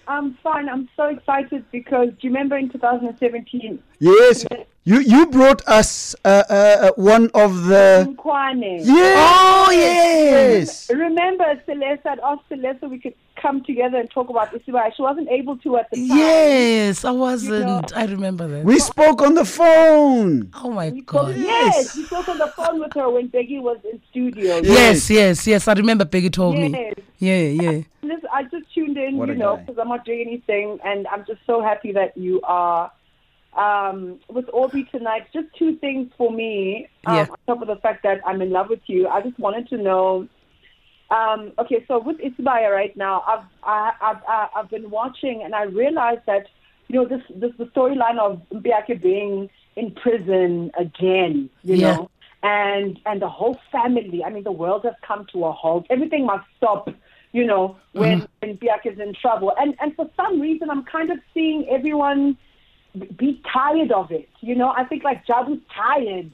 [SPEAKER 4] I'm fine. I'm so excited because do you remember in 2017,
[SPEAKER 1] Yes. You you brought us uh, uh, uh, one of the.
[SPEAKER 4] Mkwane.
[SPEAKER 1] Uh, Yes. Oh yes.
[SPEAKER 4] Remember Celeste? I'd asked Celeste if we could come together and talk about Isibai. She wasn't able to at the time.
[SPEAKER 2] Yes, I wasn't. I remember that.
[SPEAKER 1] We spoke on the phone.
[SPEAKER 2] oh my
[SPEAKER 4] So,
[SPEAKER 2] God.
[SPEAKER 4] yes, you spoke on the phone with her when Beggy was in studio.
[SPEAKER 2] Yes, yes, yes. I remember Peggy told me.
[SPEAKER 4] Yes.
[SPEAKER 2] Yeah, yeah.
[SPEAKER 4] Listen, I just tuned in,
[SPEAKER 1] What
[SPEAKER 4] you
[SPEAKER 1] a
[SPEAKER 4] know,
[SPEAKER 1] guy.
[SPEAKER 4] because I'm not doing anything, and I'm just so happy that you are um, with Aubrey tonight. Just two things for me, um,
[SPEAKER 2] Yeah.
[SPEAKER 4] on top of the fact that I'm in love with you. I just wanted to know. Um, okay, so with Isbaya right now, I've I, I've I- I've been watching, and I realized that you know this this the storyline of Mbiake being in prison again, you
[SPEAKER 2] Yeah.
[SPEAKER 4] know, and and the whole family. I mean, the world has come to a halt. Everything must stop, you know, when
[SPEAKER 2] Mm-hmm.
[SPEAKER 4] when Biak is in trouble. And and for some reason, I'm kind of seeing everyone b- be tired of it. You know, I think like Jabu's tired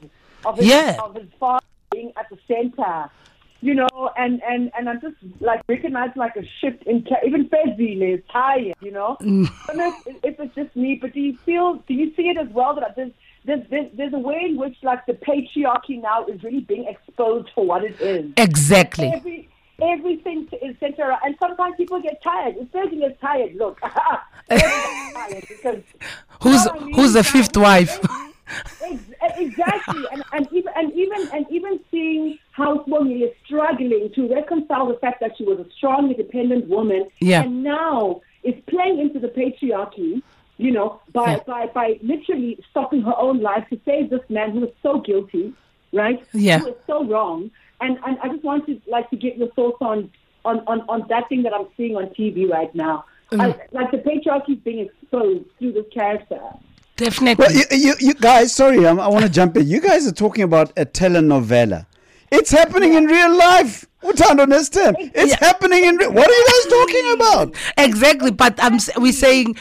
[SPEAKER 4] of his,
[SPEAKER 2] Yeah.
[SPEAKER 4] of his father being at the center. You know, and and and I'm just like recognizing like a shift in ca- even Fezile is tired. You know, I don't know if, if it's just me, but do you feel? Do you see it as well that there's there's, there's, there's a way in which like the patriarchy now is really being exposed for what it is.
[SPEAKER 2] Exactly.
[SPEAKER 4] Every everything is centered, around- and sometimes people get tired. If Fezile is tired, look, Fezile is tired because
[SPEAKER 2] Who's
[SPEAKER 4] I mean,
[SPEAKER 2] who's the
[SPEAKER 4] that-
[SPEAKER 2] fifth wife?
[SPEAKER 4] Ex- e-, exactly, and, and even and even and even seeing how Swami is struggling to reconcile the fact that she was a strong, independent woman,
[SPEAKER 2] Yeah.
[SPEAKER 4] and now is playing into the patriarchy you know, by,
[SPEAKER 2] Yeah.
[SPEAKER 4] by, by literally stopping her own life to save this man who was so guilty, right?
[SPEAKER 2] Yeah.
[SPEAKER 4] Who was so wrong. And, and I just wanted like to get your thoughts on, on, on, on that thing that I'm seeing on TV right now. I, like the patriarchy is being exposed through this character.
[SPEAKER 2] Definitely.
[SPEAKER 1] Well, you, you, you guys, sorry, I'm, I want to jump in. You guys are talking about a telenovela. It's happening in real life. Utando understand? It's
[SPEAKER 2] Yeah.
[SPEAKER 1] happening in real. What are you guys talking about?
[SPEAKER 2] Exactly, but I'm, s- we're saying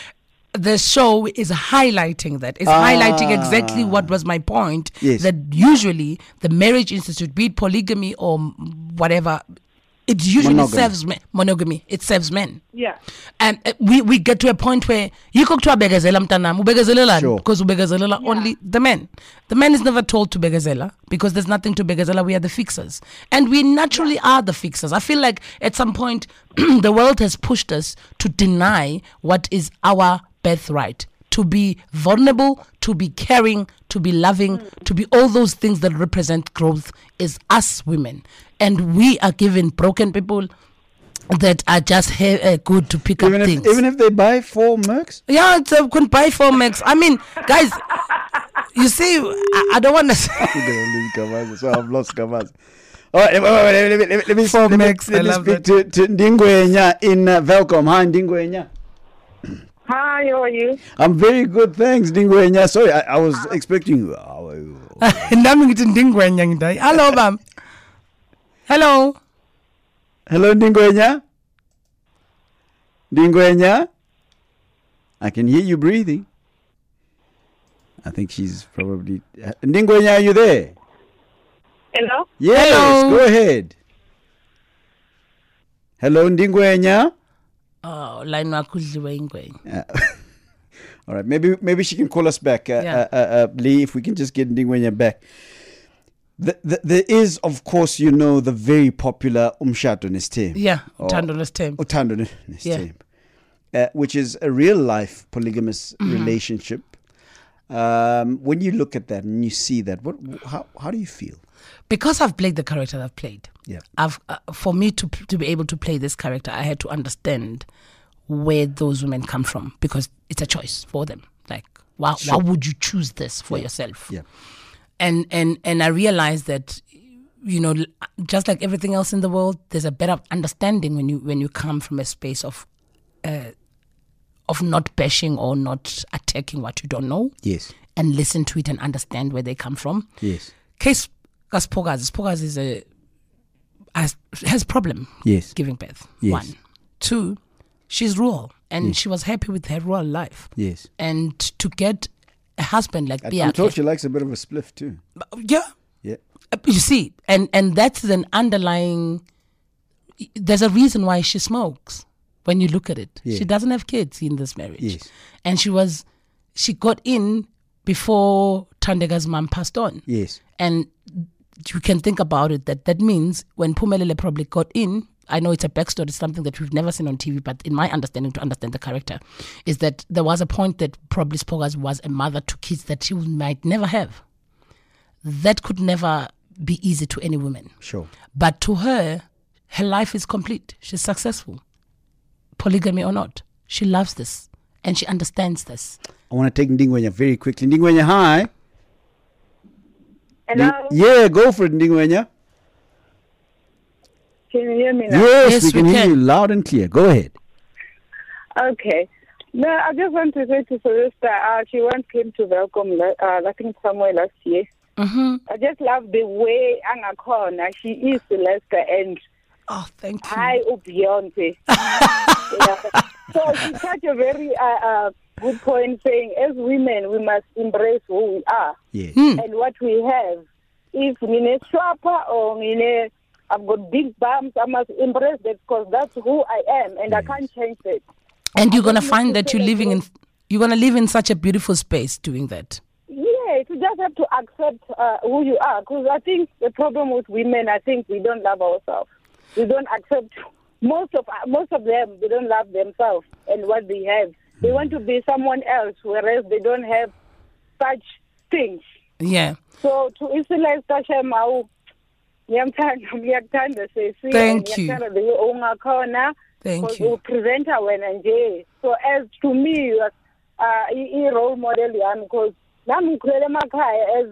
[SPEAKER 2] the show is highlighting that. It's highlighting exactly what was my point.
[SPEAKER 1] Ah. Yes.
[SPEAKER 2] That usually the marriage institute, be it polygamy or m- whatever, it usually
[SPEAKER 1] Monogamy.
[SPEAKER 2] serves men. Monogamy. It serves men.
[SPEAKER 4] Yeah.
[SPEAKER 2] And uh, we, we get to a point where you cook to a begazela mtanam,
[SPEAKER 1] Sure.
[SPEAKER 2] ubegazelela because ubegazelela only the men. The man is never told to begazela because there's nothing to begazela. We are the fixers. And we naturally are the fixers. I feel like at some point the world has pushed us to deny what is our birthright. To be vulnerable, to be caring, to be loving, to be all those things that represent growth is us women. And we are given broken people that are just he- uh, good to pick
[SPEAKER 1] Even
[SPEAKER 2] up
[SPEAKER 1] if,
[SPEAKER 2] things.
[SPEAKER 1] even if they buy four mercs?
[SPEAKER 2] yeah, it's uh, could buy four max. I mean, guys, you see, I, I don't want to.
[SPEAKER 1] They're gonna lose Gavaza. So I've lost Gavaza. All right, wait, wait, wait, let me, let me, let me,
[SPEAKER 2] Four
[SPEAKER 1] let me,
[SPEAKER 2] mercs, I
[SPEAKER 1] let me
[SPEAKER 2] love
[SPEAKER 1] speak to, to Ndingwenya in uh, Velcom. Hi, Ndingwenya.
[SPEAKER 4] Hi, how are you?
[SPEAKER 1] I'm very good, thanks, Ndingwenya. Sorry, I, I was expecting you. Oh, oh, oh.
[SPEAKER 2] Nami ngithi ndingwenya ngidai. Hello, bam. Hello.
[SPEAKER 1] Hello, Ndingwenya. Ndingwenya. I can hear you breathing. I think she's probably. uh, Ndingwenya, are you there?
[SPEAKER 4] Hello?
[SPEAKER 1] Yes,
[SPEAKER 2] Hello.
[SPEAKER 1] go ahead. Hello, Ndingwenya.
[SPEAKER 2] Oh, line wakho udliwe ingwenya.
[SPEAKER 1] All right, maybe maybe she can call us back, uh,
[SPEAKER 2] Yeah.
[SPEAKER 1] uh, uh, uh, Lee, if we can just get Ndingwenya back. The, the, there is, of course, you know, the very popular Umshado Nestem.
[SPEAKER 2] Yeah,
[SPEAKER 1] Oh.
[SPEAKER 2] uthando lwesithembu.
[SPEAKER 1] Uthando ne- nesithembu. Uh, which is a real life polygamous
[SPEAKER 2] Mm-hmm.
[SPEAKER 1] relationship. Um, when you look at that and you see that, what how, how do you feel?
[SPEAKER 2] Because I've played the character I've played.
[SPEAKER 1] Yeah.
[SPEAKER 2] I've uh, for me to to be able to play this character, I had to understand where those women come from because it's a choice for them. Like, why why would you choose this for yourself?
[SPEAKER 1] Yeah.
[SPEAKER 2] and and and I realized that you know l- just like everything else in the world there's a better understanding when you when you come from a space of uh, of not bashing or not attacking what you don't know
[SPEAKER 1] Yes.
[SPEAKER 2] and listen to it and understand where they come from
[SPEAKER 1] Yes.
[SPEAKER 2] case Spogas Spogas is a has, has problem
[SPEAKER 1] Yes.
[SPEAKER 2] giving birth
[SPEAKER 1] Yes.
[SPEAKER 2] one two she's rural and she was happy with her rural life
[SPEAKER 1] Yes.
[SPEAKER 2] and to get a husband like
[SPEAKER 1] I'm told
[SPEAKER 2] Biake,
[SPEAKER 1] she likes a bit of a spliff too.
[SPEAKER 2] yeah
[SPEAKER 1] Yeah.
[SPEAKER 2] Uh, you see and and that's an underlying there's a reason why she smokes when you look at it she doesn't have kids in this marriage
[SPEAKER 1] Yes.
[SPEAKER 2] and she was she got in before tandega's mom passed on
[SPEAKER 1] Yes.
[SPEAKER 2] and you can think about it that that means when Pumelele probably got in, I know it's a backstory, it's something that we've never seen on TV, but in my understanding, to understand the character, is that there was a point that probably Spogas was a mother to kids that she might never have. That could never be easy to any woman.
[SPEAKER 1] Sure.
[SPEAKER 2] But to her, her life is complete. She's successful, polygamy or not. She loves this and she understands this.
[SPEAKER 1] I want to take Ndingwenya very quickly. Ndingwenya, hi.
[SPEAKER 4] Hello?
[SPEAKER 1] Yeah, go for it, Ndingwenya.
[SPEAKER 4] Can you hear me
[SPEAKER 1] Yes,
[SPEAKER 2] Yes,
[SPEAKER 1] we can
[SPEAKER 2] we
[SPEAKER 1] hear
[SPEAKER 2] can.
[SPEAKER 1] you loud and clear. Go ahead.
[SPEAKER 4] Okay. No, I just want to say to Solista, uh, she once came to welcome, la- uh, I think somewhere last year.
[SPEAKER 2] Mm-hmm.
[SPEAKER 4] I just love the way Angakona, she is Celeste and
[SPEAKER 2] Oh, thank you.
[SPEAKER 4] I, oh, Beyonce. yeah. So she touched a very uh, uh, good point saying, as women, we must embrace who we are
[SPEAKER 2] Hmm.
[SPEAKER 1] Yes.
[SPEAKER 4] and what we have. If Nine Shwapa or Nine, I've got big bumps, I must embrace that because that's who I am and I can't change it.
[SPEAKER 2] And you're gonna
[SPEAKER 4] think
[SPEAKER 2] find
[SPEAKER 4] it's
[SPEAKER 2] that
[SPEAKER 4] a
[SPEAKER 2] you're living in
[SPEAKER 4] good-
[SPEAKER 2] you're gonna live in such a beautiful space doing that.
[SPEAKER 4] Yes, you just have to accept uh, who you are. Because I think the problem with women, I think we don't love ourselves. We don't accept most of uh, most of them. They don't love themselves and what they have. They want to be someone else, whereas they don't have such things.
[SPEAKER 2] Yeah.
[SPEAKER 4] So to isilise Tasha Mau, ngiyamthanda ngiyakuthanda sesi
[SPEAKER 2] Thank you.
[SPEAKER 4] ngiyakuthanda the way ungakhona
[SPEAKER 2] Thank
[SPEAKER 4] Because
[SPEAKER 2] you.
[SPEAKER 4] upresenta wena nje so as to me you are
[SPEAKER 5] uh, i-role model yami because nami ngikhulele emakhaya as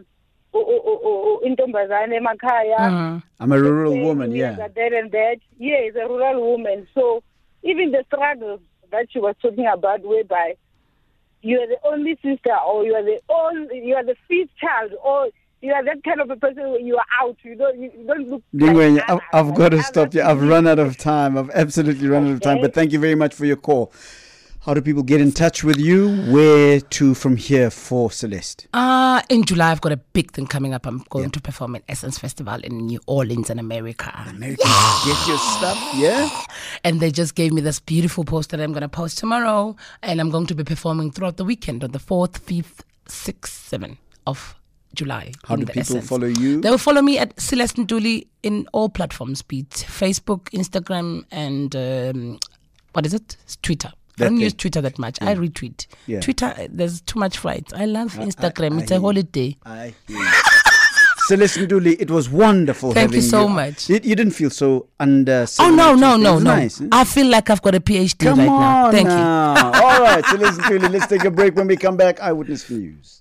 [SPEAKER 5] u- u- u- u- u- intombazane emakhaya
[SPEAKER 2] Mm.
[SPEAKER 1] I'm a rural woman,
[SPEAKER 5] Yes,
[SPEAKER 1] yeah.
[SPEAKER 5] and That and that. Yeah, is a rural woman. So even the struggles that she was talking about, whereby you are the only sister, or you are the only, you are the fifth child, or you are that kind of a person where you are out. You don't, you don't look.
[SPEAKER 1] Lingwe, I've,
[SPEAKER 5] like others,
[SPEAKER 1] I've
[SPEAKER 5] like
[SPEAKER 1] got to
[SPEAKER 5] others.
[SPEAKER 1] stop you. I've run out of time. I've absolutely run out of time.
[SPEAKER 5] Okay.
[SPEAKER 1] But thank you very much for your call. How do people get in touch with you? Where to from here for Celeste?
[SPEAKER 2] Uh, in July, I've got a big thing coming up. I'm going to perform at Essence Festival in New Orleans in America.
[SPEAKER 1] America, get your stuff. Yeah.
[SPEAKER 2] And they just gave me this beautiful poster that I'm going to post tomorrow. And I'm going to be performing throughout the weekend on the 4th, 5th, 6th, 7th of July.
[SPEAKER 1] How
[SPEAKER 2] in
[SPEAKER 1] do
[SPEAKER 2] the
[SPEAKER 1] people
[SPEAKER 2] Essence.
[SPEAKER 1] follow you?
[SPEAKER 2] They will follow me at Celeste Nduli in all platforms, be it Facebook, Instagram, and um, what is it? It's Twitter.
[SPEAKER 1] That
[SPEAKER 2] I don't
[SPEAKER 1] thing.
[SPEAKER 2] use Twitter that much. I retweet.
[SPEAKER 1] Yeah.
[SPEAKER 2] Twitter, uh, there's too much fight. I love Instagram.
[SPEAKER 1] I
[SPEAKER 2] it's
[SPEAKER 1] hear
[SPEAKER 2] a
[SPEAKER 1] you.
[SPEAKER 2] holiday.
[SPEAKER 1] I hear. you. Celeste Nduli, it was wonderful.
[SPEAKER 2] Thank you
[SPEAKER 1] having
[SPEAKER 2] so much.
[SPEAKER 1] You, you didn't feel so under.
[SPEAKER 2] Oh no, no,
[SPEAKER 1] It
[SPEAKER 2] no, no!
[SPEAKER 1] was Nice. huh?
[SPEAKER 2] I feel like I've got a PhD
[SPEAKER 1] Come
[SPEAKER 2] right
[SPEAKER 1] on
[SPEAKER 2] now. Thank you.
[SPEAKER 1] now. All right, Celeste Nduli, let's take a break. When we come back, eyewitness news.